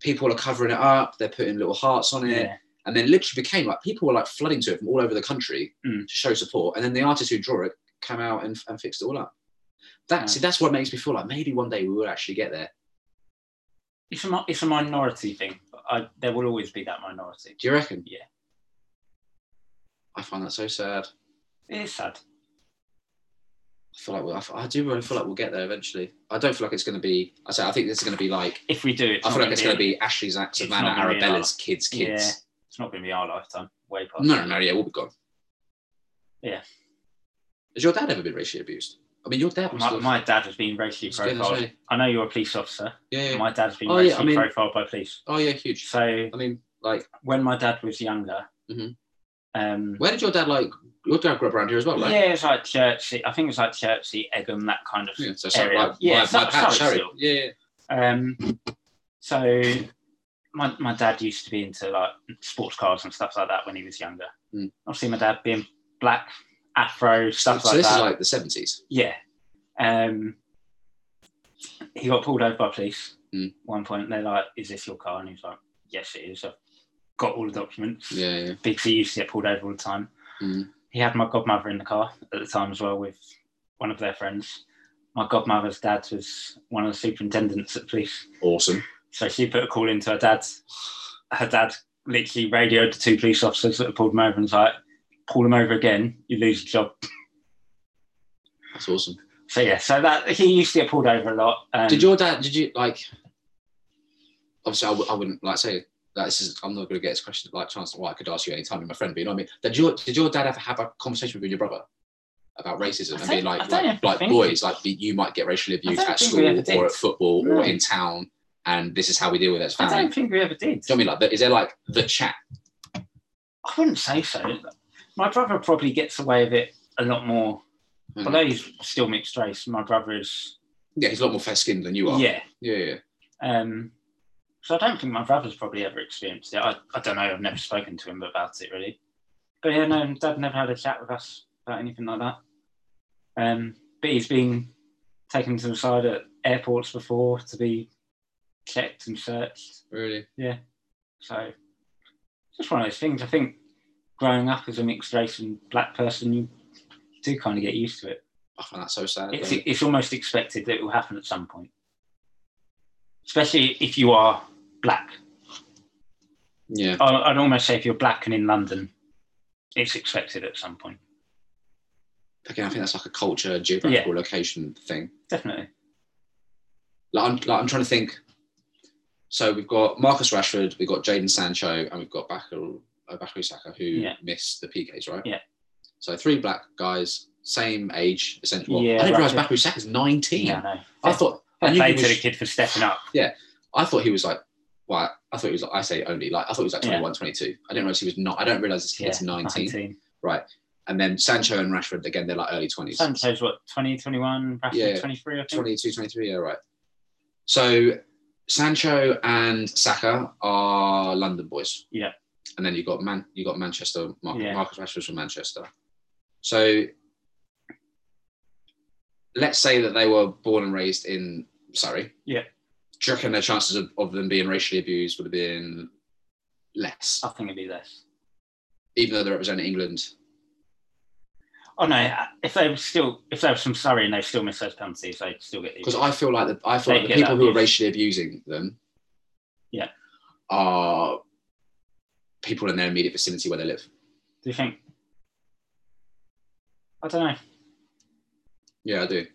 S1: People are covering it up. They're putting little hearts on it,
S2: Yeah,
S1: and then literally became like people were like flooding to it from all over the country
S2: Mm.
S1: to show support. And then the artists who draw it come out and, and fixed it all up. That
S2: Yeah.
S1: see, that's what makes me feel like maybe one day we will actually get there.
S2: it's a mi- it's a minority thing. but I, there will always be that minority.
S1: Do you reckon?
S2: Yeah.
S1: I find that so sad.
S2: It's sad.
S1: I feel like we'll, I, f- I do really feel like we'll get there eventually. I don't feel like it's going to be. I say I think this is going to be like.
S2: If we do, it's
S1: I
S2: not
S1: feel like it's going to
S2: be.
S1: be Ashley's, Zach,
S2: it's
S1: Savannah,
S2: not gonna be
S1: Arabella's kids,
S2: Yeah.
S1: kids.
S2: It's not going to be our lifetime. Way past.
S1: No, no, no. Yeah, we'll be gone.
S2: Yeah.
S1: Has your dad ever been racially abused? I mean, your dad must
S2: My,
S1: have.
S2: my dad has been racially
S1: was gonna
S2: profiled.
S1: say.
S2: I know you're a police officer.
S1: yeah, yeah.
S2: My dad's been
S1: Oh, yeah,
S2: racially
S1: I mean-
S2: profiled by police.
S1: Oh yeah, huge.
S2: So
S1: I mean, like,
S2: when my dad was younger,
S1: Mhm.
S2: um,
S1: where did your dad like? Your dad grew up around here as well, right?
S2: yeah, it's like Chertsey. I think it's like Chertsey, Egham, that kind of.
S1: Yeah, so something
S2: Area.
S1: like
S2: Yeah,
S1: my,
S2: so-
S1: my patch,
S2: sorry,
S1: Sherry.
S2: still.
S1: Yeah, yeah.
S2: Um, so my my dad used to be into like sports cars and stuff like that when he was younger.
S1: Mm.
S2: Obviously, my dad being black, Afro, stuff
S1: so
S2: like
S1: this
S2: that.
S1: is like the seventies.
S2: Yeah. Um, he got pulled over by police
S1: Mm.
S2: at one point. And they're like, Is this your car? And he's like, Yes, it is. I've got all the documents.
S1: Yeah, yeah.
S2: Because he used to get pulled over all the time.
S1: Mm.
S2: He had my godmother in the car at the time as well with one of their friends. My godmother's dad was one of the superintendents at police.
S1: Awesome.
S2: So she put a call into her dad. Her dad literally radioed the two police officers that had pulled him over and was like, pull him over again, you lose your job.
S1: That's awesome.
S2: So yeah, so that he used to get pulled over a lot. Um,
S1: did your dad? Did you like? Obviously, I, w- I wouldn't like say that. This is I'm not going to get this question like chance. Well, I could ask you any time, my friend. But you know what I mean? Did your Did your dad ever have a conversation with you and your brother about racism?
S2: I
S1: I, mean,
S2: don't- I
S1: like
S2: don't
S1: like,
S2: ever
S1: like
S2: think-
S1: boys, like be- you might get racially abused
S2: don't
S1: at
S2: think
S1: school
S2: we ever
S1: or
S2: did.
S1: at football
S2: No.
S1: or in town, and this is how we deal with it as
S2: I
S1: family.
S2: don't think we ever did.
S1: Do you know what I mean? Like, the- is there like the chat?
S2: I wouldn't say so. My brother probably gets away with it a lot more.
S1: Mm.
S2: Although he's still mixed race, my brother is
S1: Yeah, he's a lot more fair skinned than you are.
S2: yeah.
S1: yeah, yeah.
S2: Um, so I don't think my brother's probably ever experienced it. I, I don't know. I've never spoken to him about it really. But yeah, no, Dad never had a chat with us about anything like that. Um, but he's been taken to the side at airports before to be checked and searched.
S1: Really?
S2: So just one of those things. I think growing up as a mixed race and black person, you do kind of get used to it.
S1: I find that so sad.
S2: It's,
S1: though.
S2: it's almost expected that it will happen at some point, especially if you are black.
S1: yeah,
S2: I- I'd almost say if you're black and in London, it's expected at some point.
S1: again, I think that's like a culture, geographical location thing.
S2: Definitely.
S1: Like I'm, like I'm trying to think. So we've got Marcus Rashford, we've got Jaden Sancho, and we've got Bakary Saka, who
S2: Yeah.
S1: missed the PKs, right?
S2: Yeah.
S1: So three black guys, same age, essentially. Well,
S2: Yeah,
S1: I didn't realize
S2: right.
S1: Bakary Saka's 19.
S2: Yeah, I know.
S1: I thought I
S2: I
S1: knew he
S2: played to
S1: was
S2: the kid for stepping up.
S1: I thought he was like, well, I thought he was like, I say only, like, I thought he was like 21, 22. I didn't realize he was not, I don't realize it's, it's 19.
S2: 19.
S1: And then Sancho and Rashford, again, they're like early 20s.
S2: Sancho's what, 20, 21, Rashford,
S1: Yeah.
S2: 23, I think?
S1: 22, 23, yeah, right. So Sancho and Saka are London boys.
S2: Yeah.
S1: And then you got Man, you got Manchester, Mar-
S2: Yeah.
S1: Marcus Rashford's from Manchester. So let's say that they were born and raised in Surrey.
S2: Yeah.
S1: Do you reckon their chances of, of them being racially abused would have been less?
S2: I think it'd be less.
S1: even though they represent England.
S2: Oh no, if they were still, if there was some Surrey and they still missed those penalties, they'd still get the.
S1: Because I feel like the, I feel
S2: They
S1: like the
S2: get
S1: people who are
S2: abused.
S1: racially abusing them,
S2: Yeah.
S1: are people in their immediate vicinity where they live.
S2: Do you think? I don't know.
S1: Yeah, I do.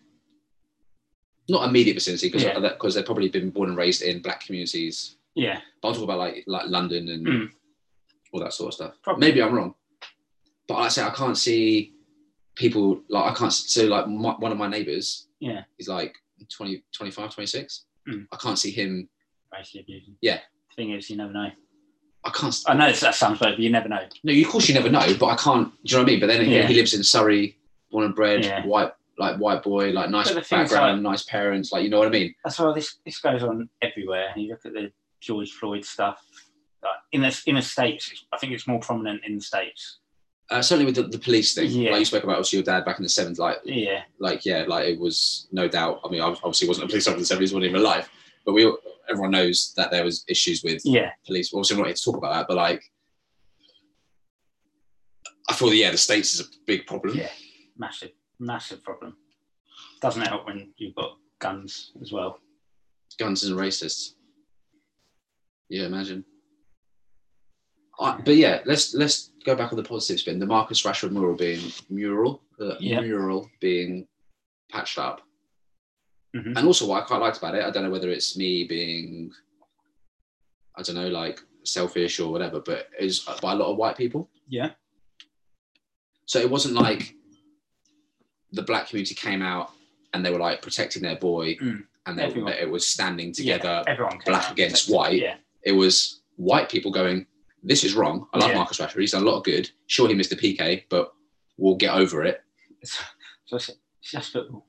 S1: Not immediate vicinity because
S2: Yeah.
S1: because they've probably been born and raised in black communities.
S2: Yeah,
S1: But I'm talking about like like London and
S2: Mm.
S1: all that sort of stuff.
S2: Probably.
S1: Maybe I'm wrong, but like I say I can't see people like I can't see so like my, one of my neighbors.
S2: Yeah.
S1: is like 20, 25, 26.
S2: Mm.
S1: I can't see him.
S2: racially abusing.
S1: Yeah.
S2: Thing is, you never know.
S1: I can't.
S2: I know that sounds bad, but you never know.
S1: No, you- of course you never know, but I can't. Do you know what I mean? But then again,
S2: Yeah.
S1: he lives in Surrey, born and bred,
S2: Yeah.
S1: white, like white boy, like nice
S2: But the thing is,
S1: background, nice parents, like you know what I mean?
S2: That's why this this goes on everywhere. You look at the George Floyd stuff. Like in the in the states, it's- I think it's more prominent in the states.
S1: Uh, certainly with the, the police thing,
S2: Yeah.
S1: like you spoke about, obviously your dad back in the seventies, like,
S2: Yeah,
S1: like yeah, like it was no doubt. I mean, I obviously wasn't a police officer in the seventies, wasn't even alive, but we all, everyone knows that there was issues with
S2: yeah,
S1: police. Well, obviously, we're not here to talk about that, but like, I feel yeah, the states is a big problem.
S2: yeah. Massive, massive problem. Doesn't help when you've got guns as well.
S1: guns and racists. Yeah, imagine. I, but yeah, let's let's go back on the positive spin. The Marcus Rashford mural being mural, uh,
S2: Yeah.
S1: mural being patched up,
S2: Mhm.
S1: and also what I quite liked about it. I don't know whether it's me being, I don't know, like selfish or whatever, but is by a lot of white people.
S2: Yeah.
S1: So it wasn't like the black community came out and they were like protecting their boy,
S2: Mm.
S1: and they,
S2: Everyone.
S1: it was standing together
S2: Yeah, everyone. came
S1: black
S2: out.
S1: against white.
S2: Yeah,
S1: It was white people going, "This is wrong." I like
S2: Yeah.
S1: Marcus Rashford; he's done a lot of good. Sure, he missed the PK, but we'll get over it.
S2: it's, so it's, it's just football.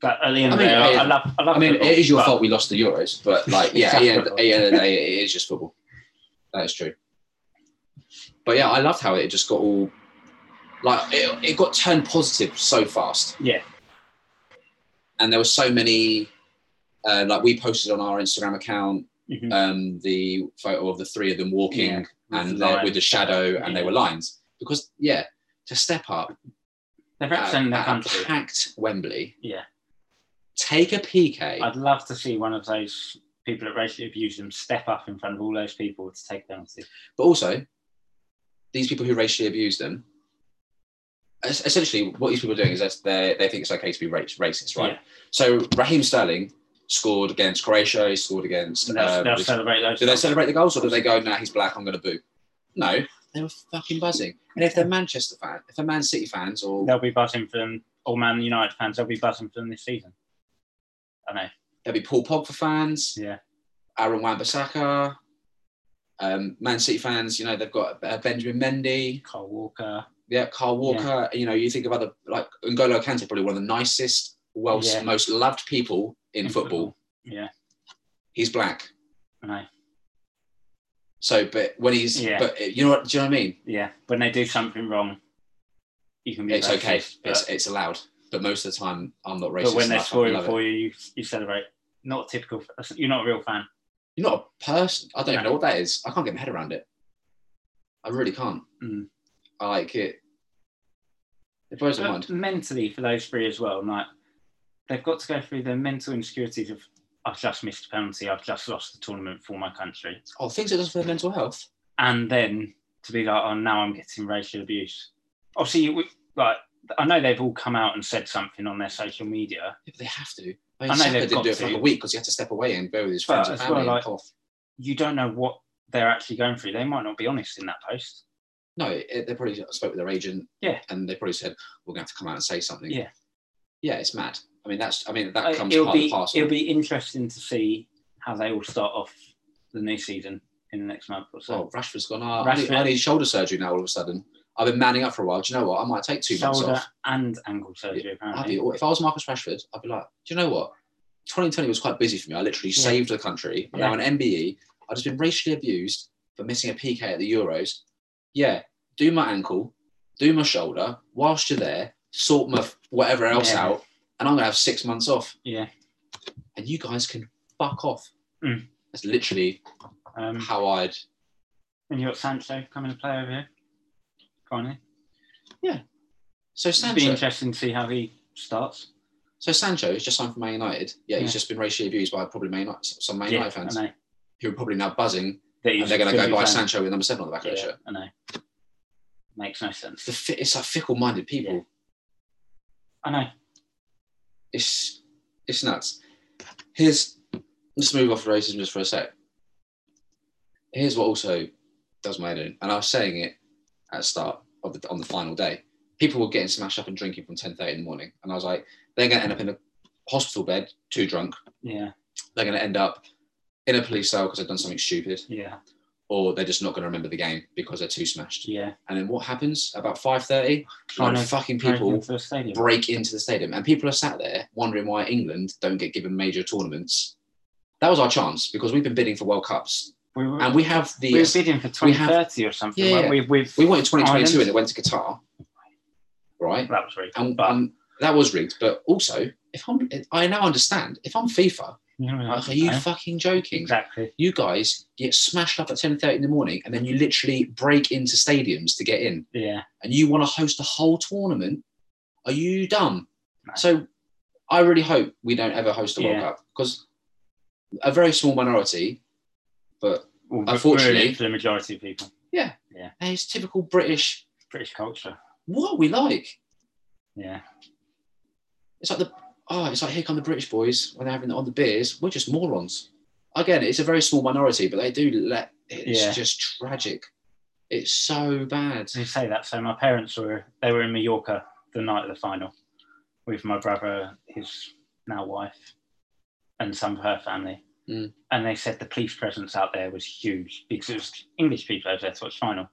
S2: But at the end
S1: I
S2: of the
S1: mean,
S2: day, I,
S1: yeah.
S2: I love. I love.
S1: I mean,
S2: football,
S1: it is your
S2: but
S1: fault we lost the Euros, but like, yeah, at
S2: It's
S1: the end,
S2: just
S1: at the end of the day, it is just football. That is true. But yeah, I loved how it just got all like it, it got turned positive so fast.
S2: Yeah.
S1: and there were so many. Uh, like we posted on our Instagram account
S2: Mhm.
S1: um, the photo of the three of them walking
S2: Yeah.
S1: and
S2: With
S1: they
S2: Lions.
S1: with the shadow and they
S2: Yeah.
S1: were lines because yeah to step up at,
S2: they're representing their
S1: at a
S2: country.
S1: packed Wembley
S2: Yeah.
S1: take a PK
S2: I'd love to see one of those people that racially abuse them step up in front of all those people to take penalty.
S1: but also these people who racially abuse them es- essentially what these people are doing is that they they think it's okay to be rac- racist right
S2: Yeah.
S1: so Raheem Sterling scored against Croatia he scored against
S2: And They'll,
S1: uh,
S2: they'll
S1: Brazil.
S2: celebrate those.
S1: Do they celebrate the goals or do they go, nah, he's black, I'm going to boo? No, they were fucking buzzing. And if they're Manchester fans, if they're Man City fans or.
S2: They'll be buzzing for them. All Man United fans, they'll be buzzing for them this season. I know.
S1: There'll be Paul Pogba fans.
S2: Yeah.
S1: Aaron Wan-Bissaka. Um, Man City fans, you know, they've got uh, Benjamin Mendy.
S2: Kyle Walker.
S1: Yeah, Carl Walker. You know, you think about the, like, N'Golo Kante, probably one of the nicest, well,
S2: Yeah.
S1: most loved people in, football.
S2: Yeah,
S1: He's black.
S2: I know.
S1: So, but when he's,
S2: Yeah.
S1: but uh, you know what, do you know what I mean?
S2: Yeah, when they do something wrong, you can be
S1: It's okay.
S2: racist, But,
S1: It's, it's allowed. But most of the time, I'm not racist.
S2: but when
S1: and I
S2: they're
S1: fucking
S2: scoring
S1: love it.
S2: for you, you, you celebrate. Not a typical. You're not a real fan.
S1: You're not a person. I don't even
S2: No.
S1: know what that is. I can't get my head around it. I really can't.
S2: Mm.
S1: I like it. It blows my
S2: But
S1: mind.
S2: mentally for those three as well, like they've got to go through the mental insecurities of I've just missed a penalty, I've just lost the tournament for my country,
S1: Oh, things it does for their mental health.
S2: and then to be like, oh, now I'm getting racial abuse. Obviously, we, like I know they've all come out and said something on their social media,
S1: Yeah, but they have to. I
S2: know
S1: mean, Saka
S2: they've
S1: didn't
S2: got
S1: do it for like
S2: to.
S1: a week because he had to step away and go with his
S2: But
S1: friends and
S2: as well,
S1: family and
S2: like-
S1: cough.
S2: you don't know what they're actually going through. They might not be honest in that post.
S1: No, it, they probably spoke with their agent.
S2: Yeah.
S1: And they probably said, we're going to have to come out and say something.
S2: Yeah.
S1: Yeah, it's mad. I mean, that's, I mean,
S2: Uh,
S1: that comes
S2: it'll
S1: part
S2: be
S1: of the parcel.
S2: it'll be interesting to see how they all start off the new season in the next month or so.
S1: Oh, Rashford's gone. Oh, I, need,
S2: Rashford-
S1: I need shoulder surgery now. All of a sudden, I've been manning up for a while. Do you know what? I might take two months
S2: shoulder
S1: off.
S2: and ankle surgery
S1: I'd be,
S2: apparently.
S1: if I was Marcus Rashford, I'd be like, do you know what? 2020 was quite busy for me. I literally
S2: Yeah.
S1: saved the country. I'm now an MBE. I've just been racially abused for missing a PK at the Euros. Yeah, do my ankle, do my shoulder. Whilst you're there, sort my f- whatever else
S2: Yeah.
S1: out, and I'm gonna have six months off.
S2: Yeah.
S1: And you guys can fuck off.
S2: Mm.
S1: That's literally
S2: Um,
S1: how I'd.
S2: and you've got Sancho coming to play over here. Finally.
S1: So
S2: It'll be
S1: Sancho,
S2: interesting to see how he starts.
S1: So Sancho has just signed for Man United. Yeah, he's
S2: Yeah.
S1: just been racially abused by probably Man United, some Man
S2: yeah,
S1: United fans
S2: I know.
S1: who are probably now buzzing
S2: That
S1: and
S2: he's
S1: they're going to
S2: gonna
S1: go
S2: be
S1: buy
S2: playing.
S1: Sancho with number seven on the back of their
S2: Yeah,
S1: shirt.
S2: I know. Makes no
S1: It's,
S2: sense.
S1: the fi- it's like fickle-minded people.
S2: Yeah. I know.
S1: It's it's nuts. Here's let's move off racism just for a sec. Here's what also does my head in, and I was saying it at the start of the, on the final day. People were getting smashed up and drinking from ten thirty in the morning, and I was like, they're going to end up in a hospital bed, too drunk.
S2: Yeah,
S1: They're going to end up in a police cell because they've done something stupid.
S2: yeah,
S1: or they're just not going to remember the game because they're too smashed.
S2: yeah.
S1: And then what happens about 5.30?
S2: Trying
S1: Like
S2: to
S1: fucking
S2: break
S1: people
S2: into the stadium.
S1: break into the stadium and people are sat there wondering why England don't get given major tournaments. That was our chance because we've been bidding for World Cups
S2: we were,
S1: and we have the...
S2: we were bidding for
S1: we have-
S2: 2030 or something.
S1: Yeah,
S2: weren't
S1: yeah.
S2: we? We've,
S1: we went in 2022
S2: Ireland.
S1: and it went to Qatar, right?
S2: that was really cool.
S1: And,
S2: But,
S1: and that was rigged. But also, if I'm, I now understand, if I'm FIFA,
S2: you know,
S1: like, are you
S2: yeah,
S1: fucking joking?
S2: exactly.
S1: You guys get smashed up at 10.30 in the morning and then you literally break into stadiums to get in.
S2: Yeah,
S1: and you want to host a whole tournament, are you dumb?
S2: No.
S1: So I really hope we don't ever host a World
S2: Yeah.
S1: Cup because a very small minority, but
S2: Well,
S1: Unfortunately-
S2: ruin it for the majority of people,
S1: hey, it's typical British.
S2: British culture.
S1: What are we like?
S2: Yeah,
S1: It's like the oh, it's like here come the British boys when they're having it on the beers. We're just morons. Again, it's a very small minority, but they do let. It's
S2: Yeah.
S1: just tragic. It's so bad.
S2: So you say that. So my parents were they were in Mallorca the night of the final with my brother, his now wife, and some of her family.
S1: Mm.
S2: And they said the police presence out there was huge because it was English people over there to watch final,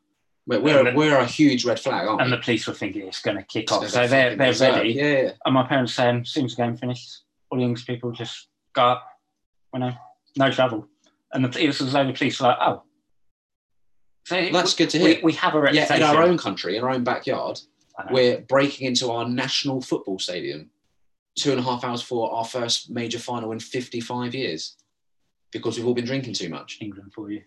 S1: We're,
S2: And
S1: we're,
S2: the-
S1: we're a huge red flag, aren't
S2: and
S1: we?
S2: the police were thinking it's going to kick
S1: So
S2: off. So they're
S1: fucking
S2: they're
S1: berserk.
S2: ready.
S1: Yeah, yeah.
S2: And my parents saying, as soon as the game finished, all the English people just go up, you know, no trouble. And the, it was as though the police were like, oh. So it-
S1: That's good to hear.
S2: we, we have a
S1: yeah,
S2: reputation.
S1: in our own country, in our own backyard,
S2: I know.
S1: we're breaking into our national football stadium two and a half hours for our first major final in 55 years because we've all been drinking too much.
S2: England for you.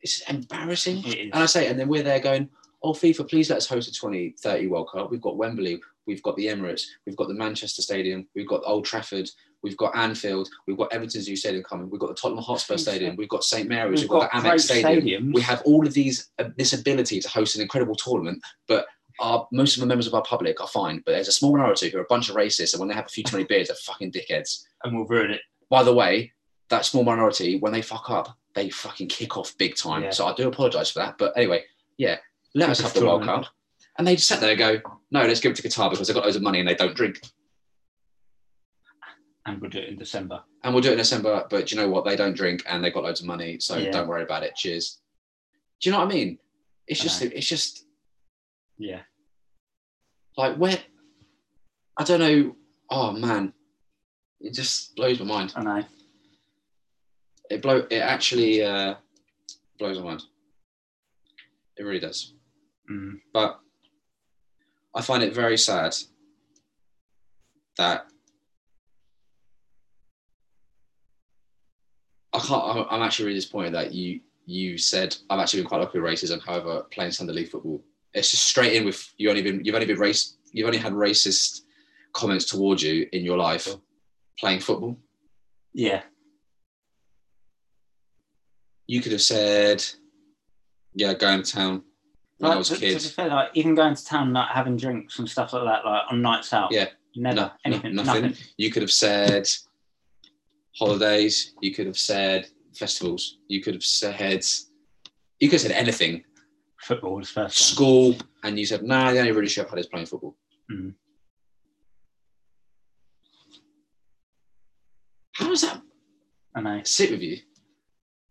S1: It's embarrassing.
S2: It is.
S1: And I say, and then we're there going, oh, FIFA, please let us host a 2030 World Cup. We've got Wembley, we've got the Emirates, we've got the Manchester Stadium, we've got Old Trafford, we've got Anfield, we've got Everton's new stadium coming, we've got the Tottenham Hotspur Stadium, we've got St Mary's, we've, got, the
S2: great
S1: Amex Stadium
S2: stadiums.
S1: we have all of these uh, this ability to host an incredible tournament, but our most of the members of our public are fine. But there's a small minority who are a bunch of racists, and when they have a few too many beers, they're fucking dickheads.
S2: and we'll ruin it.
S1: By the way, that small minority, when they fuck up, they fucking kick off big time.
S2: Yeah.
S1: So I do apologise for that. But anyway, yeah, let us
S2: Good
S1: have the World
S2: tournament.
S1: Cup. And they just sat there and go, no, let's give it to Qatar because they've got loads of money and they don't drink.
S2: And we'll do it in December.
S1: And we'll do it in December, but do you know what? They don't drink and they've got loads of money, so
S2: Yeah.
S1: don't worry about it. Cheers. Do you know what I mean? It's
S2: I
S1: just,
S2: know.
S1: it's just,
S2: Yeah.
S1: like where I don't know. Oh man, it just blows my mind.
S2: I know.
S1: It blow it actually uh, blows my mind. It really does.
S2: Mm.
S1: But I find it very sad that I can't. I'm- I'm actually really disappointed that you you said I've actually been quite lucky with racism. However, playing Sunday league football, it's just straight in with you only been you've only been race you've only had racist comments towards you in your life playing football.
S2: Yeah.
S1: You could have said, "Yeah, going to town." When I
S2: Like,
S1: was a
S2: to, to
S1: kid,
S2: be fair, like even going to town, like having drinks and stuff like that, like on nights out.
S1: Yeah.
S2: Never
S1: No, no,
S2: anything.
S1: nothing.
S2: nothing.
S1: you could have said holidays. You could have said festivals. You could have said, you could have said anything.
S2: Football was first. one.
S1: School, and you said, "Nah, the only really shit I've had is playing football."
S2: Mhm.
S1: How does that
S2: I know.
S1: sit with you?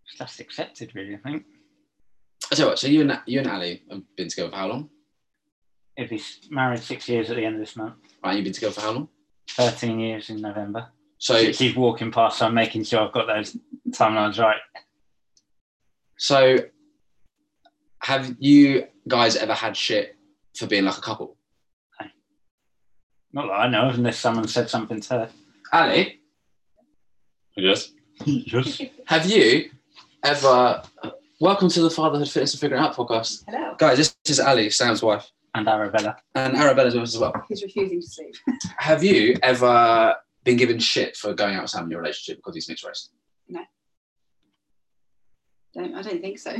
S2: It's just accepted, really. I think
S1: I tell you what. So you and you and Ali have been together for how long?
S2: if he's married six years at the end of this month,
S1: Right, you've been together for how long?
S2: thirteen years in November.
S1: So,
S2: She's walking past, so I'm making sure I've got those timelines right.
S1: so have you guys ever had shit for being like a couple?
S2: Not that I know, of, unless someone said something to her.
S1: Ali, yes. Have you ever? Welcome to the Fatherhood Fitness and Figuring Out podcast,
S3: Hello.
S1: guys. This is Ali, Sam's wife,
S2: and Arabella.
S1: and Arabella's with us as well.
S3: He's refusing to sleep.
S1: Have you ever been given shit for going out with Sam in your relationship because he's mixed race?
S3: Don't I don't think so.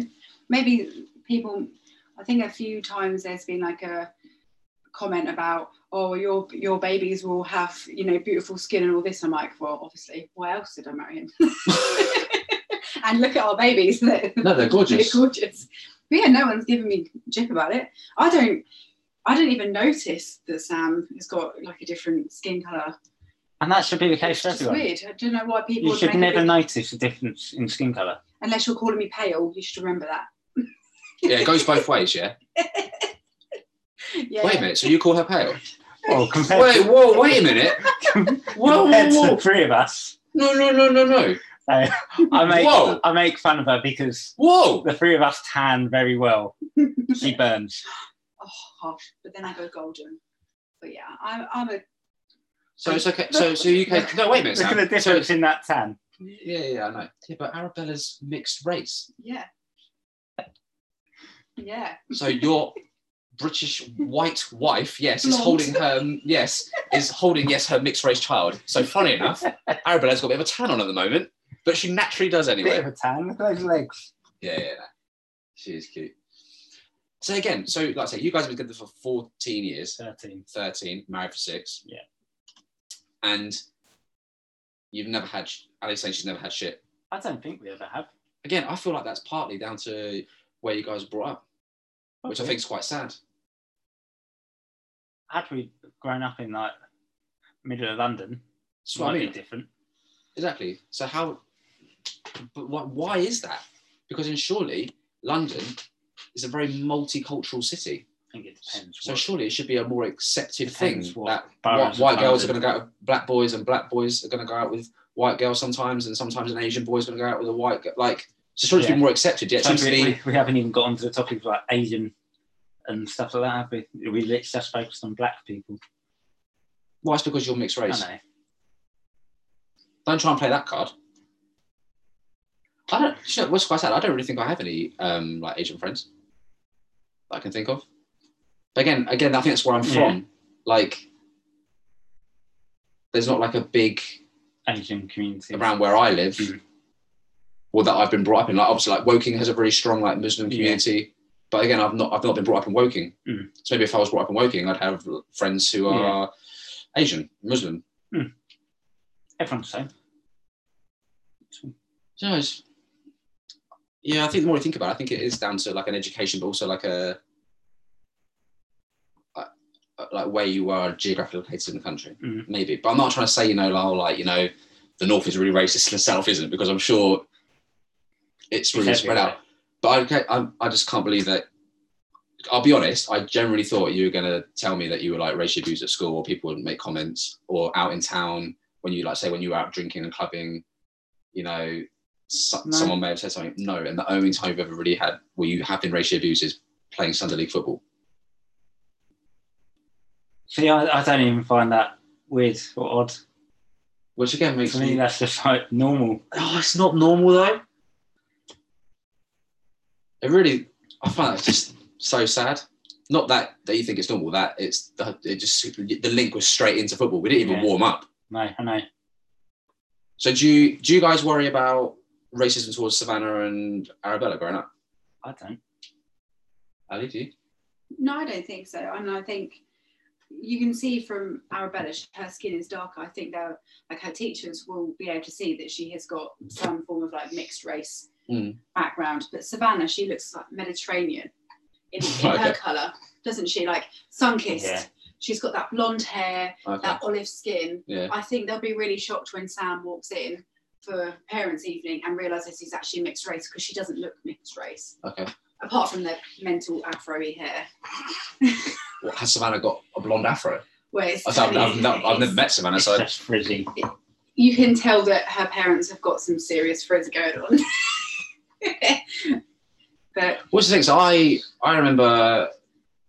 S3: Maybe people. I think a few times there's been like a comment about, oh, your your babies will have you know beautiful skin and all this. I'm like, well, obviously, why else did I marry him? and look at our babies. They're
S1: No, they're gorgeous.
S3: gorgeous. But yeah, no one's giving me jip about it. I don't. I don't even notice that Sam has got like a different skin colour.
S2: And that should be the case
S3: It's
S2: for
S3: just
S2: everyone.
S3: weird. I don't know why people.
S2: You
S3: would
S2: should
S3: make a
S2: never
S3: big-
S2: notice the difference in skin colour.
S3: Unless you're calling me pale, you should remember that.
S1: Yeah, it goes both ways. Yeah.
S3: Yeah.
S1: Wait a minute. So you call her pale?
S2: Well, compared,
S1: Wait, whoa, wait a minute. Whoa, whoa,
S2: compared to
S1: whoa.
S2: the three of us,
S1: No, no, no, no, no.
S2: I make
S1: Whoa.
S2: I make fun of her because
S1: Whoa.
S2: the three of us tan very well. She burns.
S3: Oh, harsh. But then I go golden. But yeah, I'm, I'm a.
S1: So it's okay. So so you can no wait a minute.
S2: Look at
S1: Sam.
S2: the difference
S1: So,
S2: in that tan.
S1: yeah, yeah, I know. Yeah, but Arabella's mixed race.
S3: Yeah. Yeah.
S1: So your British white wife, yes, is
S3: Blonde.
S1: holding her yes, is holding yes her mixed race child. So funny enough, Arabella's got a bit of a tan on at the moment, but she naturally does
S2: Bit
S1: anyway.
S2: of a tan. Look at those legs.
S1: Yeah, yeah, yeah. She is cute. So again, so like I say, you guys have been together for 14 years.
S2: Thirteen.
S1: 13, married for six.
S2: Yeah.
S1: And you've never had, sh- Ali's saying she's never had shit.
S2: I don't think we ever have.
S1: Again, I feel like that's partly down to where you guys were brought up, which I think is quite sad.
S2: had we grown up in like middle of London,
S1: That's
S2: it
S1: what
S2: might
S1: I
S2: be
S1: mean.
S2: different.
S1: Exactly. So, how, but why, why is that? Because in surely London is a very multicultural city.
S2: I think it depends.
S1: So,
S2: what-
S1: surely it should be a more accepted thing
S2: Depends what
S1: that
S2: boroughs
S1: white,
S2: of
S1: white girls are going to
S2: London.
S1: go out with black boys and black boys are going to go out with white girls sometimes and sometimes an asian boy is going to go out with a white girl like so sure it's
S2: Yeah.
S1: been more accepted yet it
S2: So
S1: seems to
S2: we,
S1: be
S2: we, we haven't even got onto the topic of like Asian and stuff like that. Have we? We literally just focused on black people.
S1: well it's because you're mixed
S2: I
S1: race
S2: know.
S1: don't try and play that card i don't you know, what's quite sad i don't really think i have any um like asian friends that i can think of but again again i think that's where i'm
S2: Yeah.
S1: from like there's not like a big
S2: Asian community.
S1: around where I live,
S2: Mm.
S1: or that I've been brought up in. Like obviously, like Woking has a very strong like Muslim
S2: Yeah.
S1: community, but again, I've not I've not been brought up in Woking.
S2: Mm.
S1: So maybe if I was brought up in Woking, I'd have friends who are Asian Muslim.
S2: Everyone's the same.
S1: So it's- yeah, I think the more you think about it, I think it is down to like an education, but also like a a- like where you are geographically located in the country,
S2: Mm.
S1: maybe. But I'm not trying to say you know like, oh, like you know the north is really racist and the south isn't because I'm sure it's really
S2: It's
S1: spread out.
S2: everywhere.
S1: But I, I, I just can't believe that. I'll be honest. I generally thought you were gonna tell me that you were like racially abused at school, or people wouldn't make comments, or out in town when you like say when you were out drinking and clubbing, you know, so-
S2: No.
S1: someone may have said something. No, and the only time you've ever really had where you have been racially abused is playing Sunday league football.
S2: See, I, I don't even find that weird or odd.
S1: Which again makes
S2: To me,
S1: me.
S2: that's just like normal.
S1: Oh, it's not normal though. It really, I find that just so sad. Not that that you think it's normal. That it's the, it just the link was straight into football. We didn't even
S2: Yeah.
S1: warm up.
S2: No, I know.
S1: So do you do you guys worry about racism towards Savannah and Arabella growing up?
S2: I don't.
S1: Ali, do you?
S3: No, I don't think so. And I think you can see from Arabella, sh- her skin is darker. I think that like her teachers will be able to see that she has got some form of like mixed race
S1: Mm.
S3: background. But Savannah, she looks like Mediterranean in, in
S1: Okay.
S3: her colour, doesn't she? Like sun kissed.
S2: Yeah.
S3: She's got that blonde hair,
S1: Okay.
S3: that olive skin.
S1: Yeah.
S3: I think they'll be really shocked when Sam walks in for parents' evening and realises he's actually mixed race because she doesn't look mixed race,
S1: Okay.
S3: apart from the mental afro-y hair.
S1: What, has Savannah got a blonde afro?
S3: Well, it's,
S1: I've, I've, I've, not- I've never met Savannah,
S2: It's
S1: so
S2: just frizzy.
S3: you can tell that her parents have got some serious frizz going on. but
S1: What's the thing? So I I remember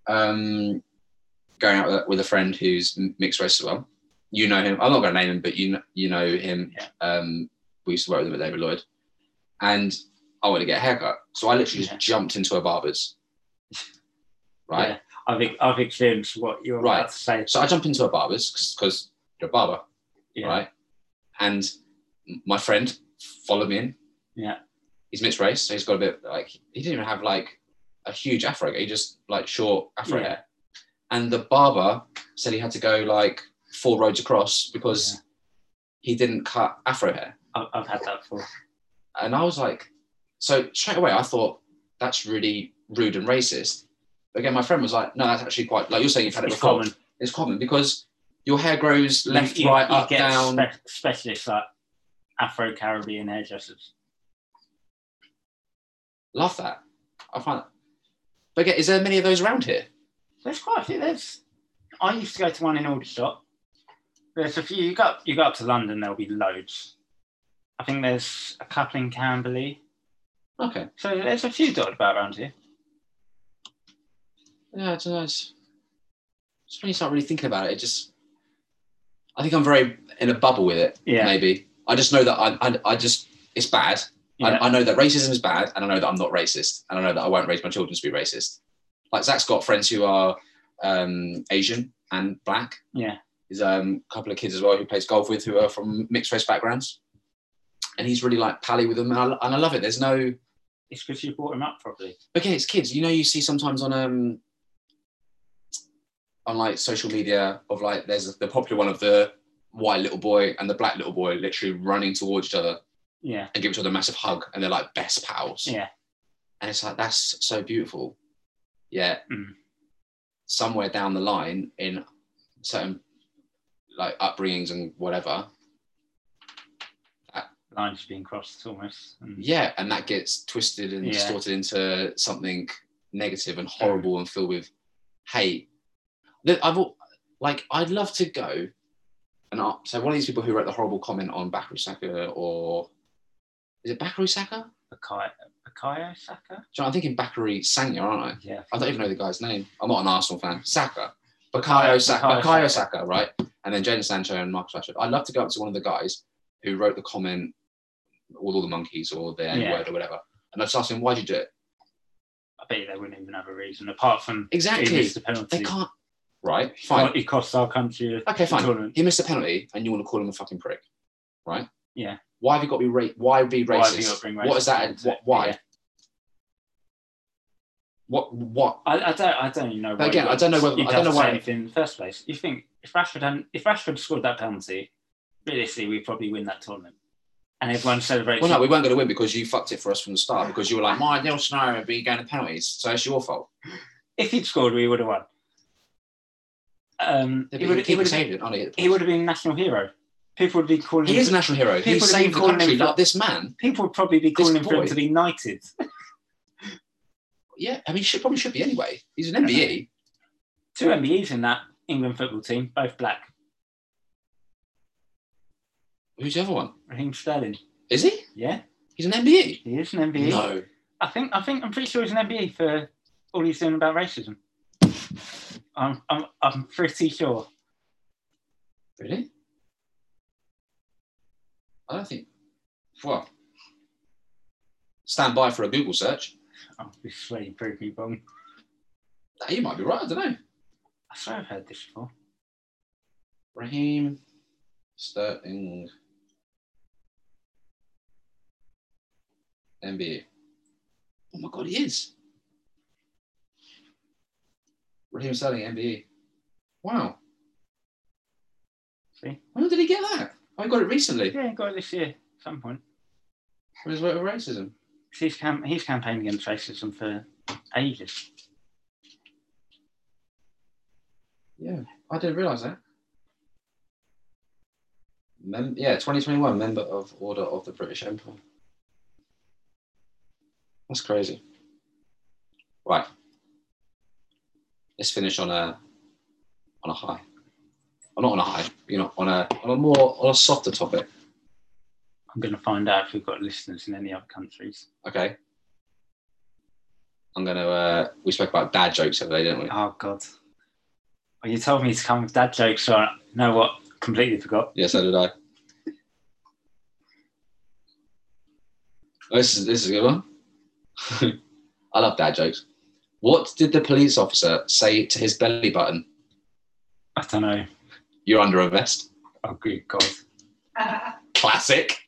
S1: um, going out with- with a friend who's m- mixed race as well. You know him. I'm not going to name him, but you know, you know him.
S2: Yeah.
S1: Um, we used to work with him at David Lloyd, and I wanted to get a haircut, so I literally
S2: Yeah.
S1: just jumped into a barber's. Right.
S2: Yeah. I've, I've experienced what you're
S1: Right.
S2: about to say.
S1: So I jump into a barber's because you're a barber,
S2: Yeah.
S1: right? And m- my friend followed me in.
S2: Yeah.
S1: He's mixed race, so he's got a bit like he didn't even have like a huge afro. He just like short afro
S2: Yeah.
S1: hair. And the barber said he had to go like four roads across because
S2: Yeah.
S1: he didn't cut afro hair.
S2: I've, I've had that before.
S1: And I was like, so straight away I thought that's really rude and racist. Again, my friend was like, no, that's actually quite like you're saying you've had it
S2: It's
S1: before.
S2: common.
S1: It's common because your hair grows left,
S2: You- you-
S1: right,
S2: you
S1: up,
S2: get
S1: down.
S2: spe- specialists like Afro Caribbean hairdressers.
S1: Love that. I find that. But again, is there many of those around here?
S2: There's quite a few. There's. I used to go to one in Aldershot. There's a few. You go up, you go up to London, there'll be loads. I think there's a couple in Camberley.
S1: Okay.
S2: So there's a few dotted about around here.
S1: Yeah, it's nice. Just when you start really thinking about it, it just. I think I'm very in a bubble with it.
S2: Yeah.
S1: Maybe I just know that I, I, I just it's bad.
S2: Yeah.
S1: I, I know that racism is bad, and I know that I'm not racist, and I know that I won't raise my children to be racist. Like Zach's got friends who are um, Asian and black.
S2: Yeah.
S1: There's um, a couple of kids as well who he plays golf with who are from mixed race backgrounds, and he's really like pally with them, and I, and I love it. There's no
S2: It's because you brought him up properly.
S1: okay, it's kids. You know, you see sometimes on um on like social media of like there's the popular one of the white little boy and the black little boy literally running towards each other
S2: Yeah.
S1: and give each other a massive hug and they're like best pals.
S2: Yeah.
S1: And it's like that's so beautiful. Yeah.
S2: Mm.
S1: Somewhere down the line in certain like upbringings and whatever,
S2: Lines being crossed almost. And
S1: yeah, and that gets twisted and
S2: Yeah.
S1: distorted into something negative and horrible and filled with hate. That I've al- like, I'd love to go and up. So one of these people who wrote the horrible comment on Bakaru Saka or is it Bakaru Saka?
S2: Bakayo, Bakayo Saka?
S1: John, I'm thinking Bakary Sanya, aren't
S2: Yeah.
S1: I? I don't even know the guy's name. I'm not an Arsenal fan. Saka. Bakayo Saka,
S2: Bukayo
S1: Bakayo
S2: Saka.
S1: Saka, right? And then Jaden Sancho and Marcus Rashford. I'd love to go up to one of the guys who wrote the comment, all, all the monkeys or the N
S2: Yeah.
S1: word or whatever. And I'd just ask him, why'd you do it?
S2: I bet you they wouldn't even have a reason apart from he
S1: Exactly.
S2: missed the penalty.
S1: They can't. Right.
S2: He
S1: Fine.
S2: co- He cost our country. a
S1: Okay, fine.
S2: tournament.
S1: He missed a penalty, and you want to call him a fucking prick, right?
S2: Yeah.
S1: Why have you got to be ra- Why be
S2: Why have you got
S1: racist?
S2: to bring
S1: what is that?
S2: racism into
S1: What,
S2: it?
S1: why?
S2: Yeah.
S1: What? What?
S2: I, I don't. I don't even know.
S1: But again, I don't know whether-
S2: you
S1: I don't know why-
S2: anything in the first place. You think if Rashford hadn't, if Rashford scored that penalty, realistically, we probably win that tournament, and everyone celebrates.
S1: Well, no,
S2: it.
S1: we weren't going to win because you fucked it for us from the start because you were like, my nil scenario would be going to penalties, so it's your fault.
S2: If he'd scored, we would have won. Um,
S1: Yeah,
S2: he
S1: but
S2: would.
S1: He
S2: He would.
S1: keeps saving it, aren't he?
S2: He would have been national hero. People would be calling.
S1: He
S2: him
S1: is a national hero. He
S2: People have
S1: saved
S2: been
S1: the
S2: calling him
S1: country
S2: for-
S1: like this man.
S2: people would probably be calling him for
S1: boy.
S2: him to be knighted.
S1: Yeah, I mean, he should probably should be anyway. He's an MBE.
S2: Two MBEs in that England football team, both black.
S1: Who's the other one?
S2: Raheem Sterling.
S1: Is he?
S2: Yeah,
S1: He's an MBE.
S2: he is an MBE.
S1: No.
S2: I think I think I'm pretty sure he's an MBE for all he's doing about racism. I'm I'm I'm pretty sure.
S1: Really? I don't think. Well, stand by for a Google search.
S2: Oh, Obviously, prove me wrong.
S1: You might be right. I don't know.
S2: I swear I've heard this before.
S1: Raheem Sterling. NBA. Oh my God, he is. Raheem Sterling, NBA. Wow.
S2: See?
S1: When did he get that? I got it recently.
S2: Yeah, he got it this year at some point.
S1: From his work with racism.
S2: He's, cam- he's campaigned against racism for ages.
S1: Yeah, I didn't realise that. Mem- yeah, 2021, member of Order of the British Empire. That's crazy. Right. Let's finish on a on a high. Or not on a high, you know, on a on a more on a softer topic.
S2: I'm going to find out if we've got listeners in any other countries.
S1: Okay. I'm gonna uh we spoke about dad jokes the other day, didn't we?
S2: Oh, God. Well, you told me to come with dad jokes, so I you know what? Completely forgot.
S1: Yeah, so did I. Oh, This is this is a good one. I love dad jokes. What did the police officer say to his belly button?
S2: I don't know.
S1: You're under arrest.
S2: Oh, good God.
S3: uh,
S1: Classic.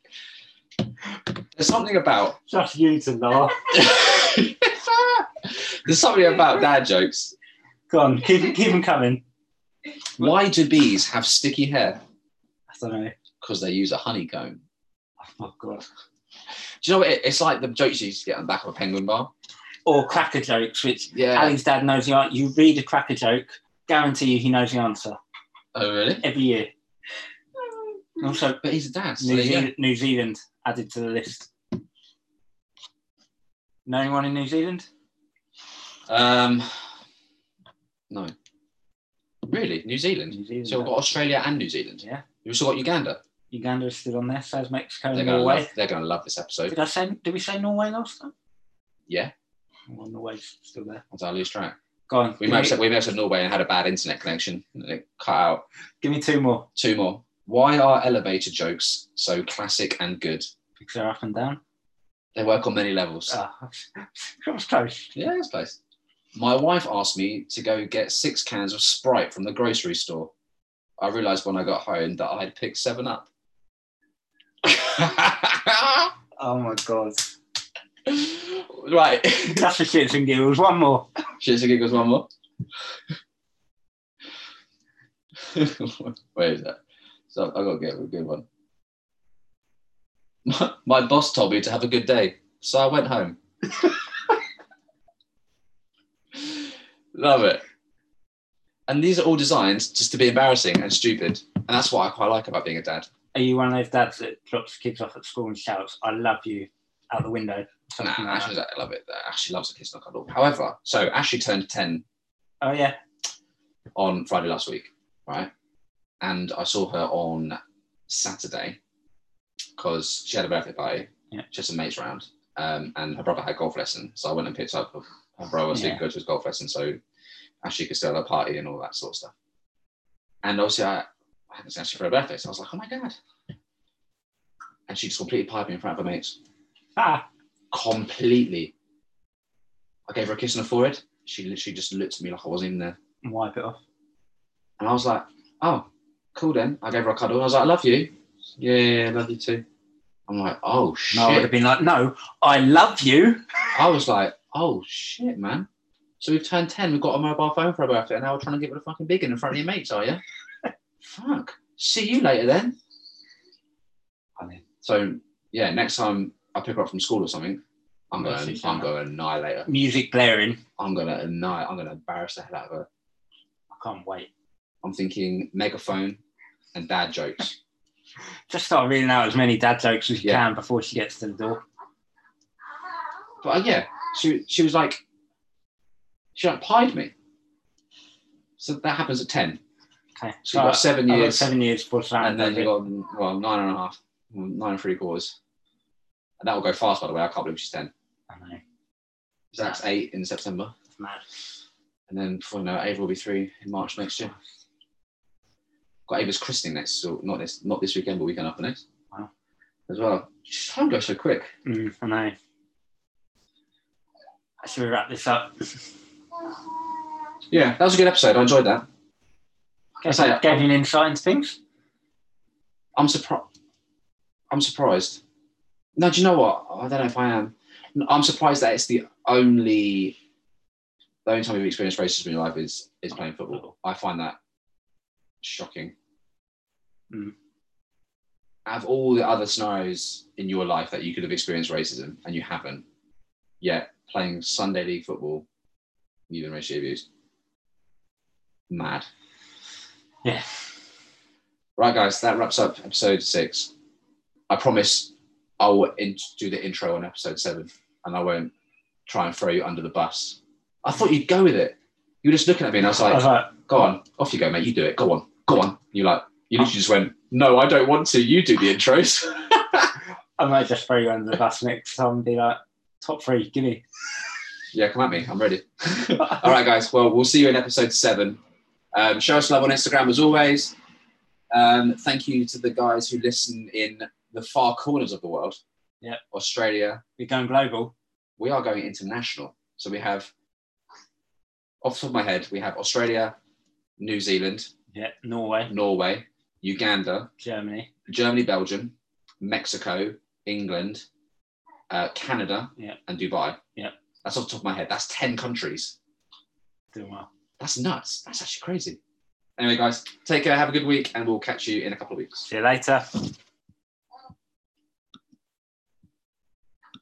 S1: There's something about
S2: Just you to laugh.
S1: there's something about dad jokes.
S2: Go on, keep, keep them coming.
S1: Why do bees have sticky hair?
S2: I don't know.
S1: Because they use a honeycomb.
S2: Oh, God.
S1: Do you know what? It, it's like the jokes you used to get on the back of a penguin bar.
S2: Or cracker jokes, which
S1: Yeah.
S2: Ali's dad knows the answer. You read a cracker joke, guarantee you he knows the answer
S1: Oh really?
S2: every year.
S1: Mm.
S2: And also,
S1: But he's a dad. So
S2: New,
S1: yeah.
S2: Zealand, New Zealand added to the list. Know anyone in New Zealand?
S1: Um, no. Really, New Zealand.
S2: New Zealand.
S1: So we've got Australia and New Zealand.
S2: Yeah.
S1: We've also got Uganda.
S2: Uganda is still on there, so is Mexico
S1: They're
S2: and
S1: gonna
S2: Norway.
S1: love. They're gonna love this episode.
S2: Did I say? Did we say Norway last time?
S1: Yeah.
S2: Well, Norway's still there.
S1: As I lose track.
S2: Go on.
S1: We
S2: give,
S1: may have
S2: me,
S1: said we may have said Norway and had a bad internet connection. And it cut out
S2: give me two more
S1: two more. Why are elevator jokes so classic and good?
S2: because they're up and down.
S1: They work on many levels.
S2: Ah, that was close.
S1: Yeah, that's close. My wife asked me to go get six cans of Sprite from the grocery store. I realised when I got home that I had picked seven up.
S2: Oh my god.
S1: right.
S2: That's the shits and giggles. One more.
S1: Shits and giggles one more. Where is that? So I gotta get a good one. My, my boss told me to have a good day, so I went home. Love it. And these are all designed just to be embarrassing and stupid. And that's what I quite like about being a dad.
S2: Are you one of those dads that drops kids off at school and shouts, "I love you," out the window?
S1: Nah,
S2: Something like that.
S1: Ashley's, I love it. Ashley loves the kids not cuddle. However, so Ashley turned 10
S2: Oh yeah.
S1: on Friday last week, right? And I saw her on Saturday because she had a birthday party.
S2: Yeah.
S1: She had some mates round, um, and her brother had a golf lesson, so I went and picked up her brother so he
S2: Yeah.
S1: could go to his golf lesson, so Ashley could still have a party and all that sort of stuff. And obviously, I, I hadn't seen Ashley for her birthday, so I was like, "Oh my god!" And she just completely piped me in front of her mates,
S2: Ah,
S1: completely. I gave her a kiss on the forehead. She literally just looked at me like I wasn't even there.
S2: wipe it off.
S1: And I was like, oh, cool then. I gave her a cuddle. And I was like, I love you. Yeah, yeah, yeah, I love you too. I'm like, oh shit.
S2: No, I would have been like, no, I love you.
S1: I was like, oh shit, man. So we've turned 10, we've got a mobile phone for our birthday, and now we're trying to get rid of fucking big in front of your mates, are you? Fuck. See you later then. I mean, so yeah, next time I pick her up from school or something, I'm
S2: Well,
S1: gonna
S2: she's
S1: I'm
S2: done.
S1: gonna annihilate her.
S2: Music blaring.
S1: I'm gonna annihilate I'm gonna embarrass the hell out of her.
S2: I can't wait.
S1: I'm thinking megaphone and dad jokes.
S2: Just start reading out as many dad jokes as you
S1: Yeah.
S2: can before she gets to the door.
S1: But uh, yeah, she she was like, she like pied me. So that happens at ten.
S2: Okay.
S1: So you've got seven
S2: I've got
S1: years,
S2: seven years before
S1: and then you
S2: you
S1: got well nine and a half, well, nine and three quarters, and that will go fast. By the way, I can't believe she's ten.
S2: I know.
S1: Zach's eight in September,
S2: It's mad.
S1: and then before you know, it, Ava will be three in March next year. Got Ava's christening next, so not this not this weekend, but weekend after next.
S2: Wow.
S1: As well, time goes so quick.
S2: Mm, I know. Should we wrap this up?
S1: Yeah, that was a good episode. I enjoyed that. I
S2: Gave,
S1: say-
S2: gave you an insight into things.
S1: I'm surprised. I'm surprised. No, do you know what? I don't know if I am. I'm surprised that it's the only the only time you've experienced racism in your life is is playing football. I find that shocking.
S2: Mm.
S1: Out of all the other scenarios in your life that you could have experienced racism and you haven't, yet playing Sunday league football, you've been racially abused. Mad.
S2: Yeah.
S1: Right, guys, that wraps up episode six. I promise I'll in- do the intro on episode seven and I won't try and throw you under the bus. I thought you'd go with it. You were just looking at me and I was
S2: I
S1: like,
S2: was like,
S1: go on, off you go, mate, you do it, go on, go on. You're like, you literally just went, no, I don't want to, you do the intros.
S2: I might just throw you under the bus next time and be like, top three, give me.
S1: yeah, come at me, I'm ready. All right, guys, well, we'll see you in episode seven. Um, show us love on Instagram as always. Um, thank you to the guys who listen in the far corners of the world.
S2: Yep.
S1: Australia,
S2: We're going global.
S1: we are going international. So we have, off the top of my head, we have Australia, New Zealand,
S2: Yeah, Norway,
S1: Norway, Uganda,
S2: Germany,
S1: Germany, Belgium, Mexico, England, uh, Canada,
S2: Yeah.
S1: and Dubai.
S2: Yeah.
S1: That's off the top of my head. That's 10 countries.
S2: doing well.
S1: That's nuts. That's actually crazy. Anyway, guys, take care. Have a good week, and we'll catch you in a couple of weeks.
S2: See you later.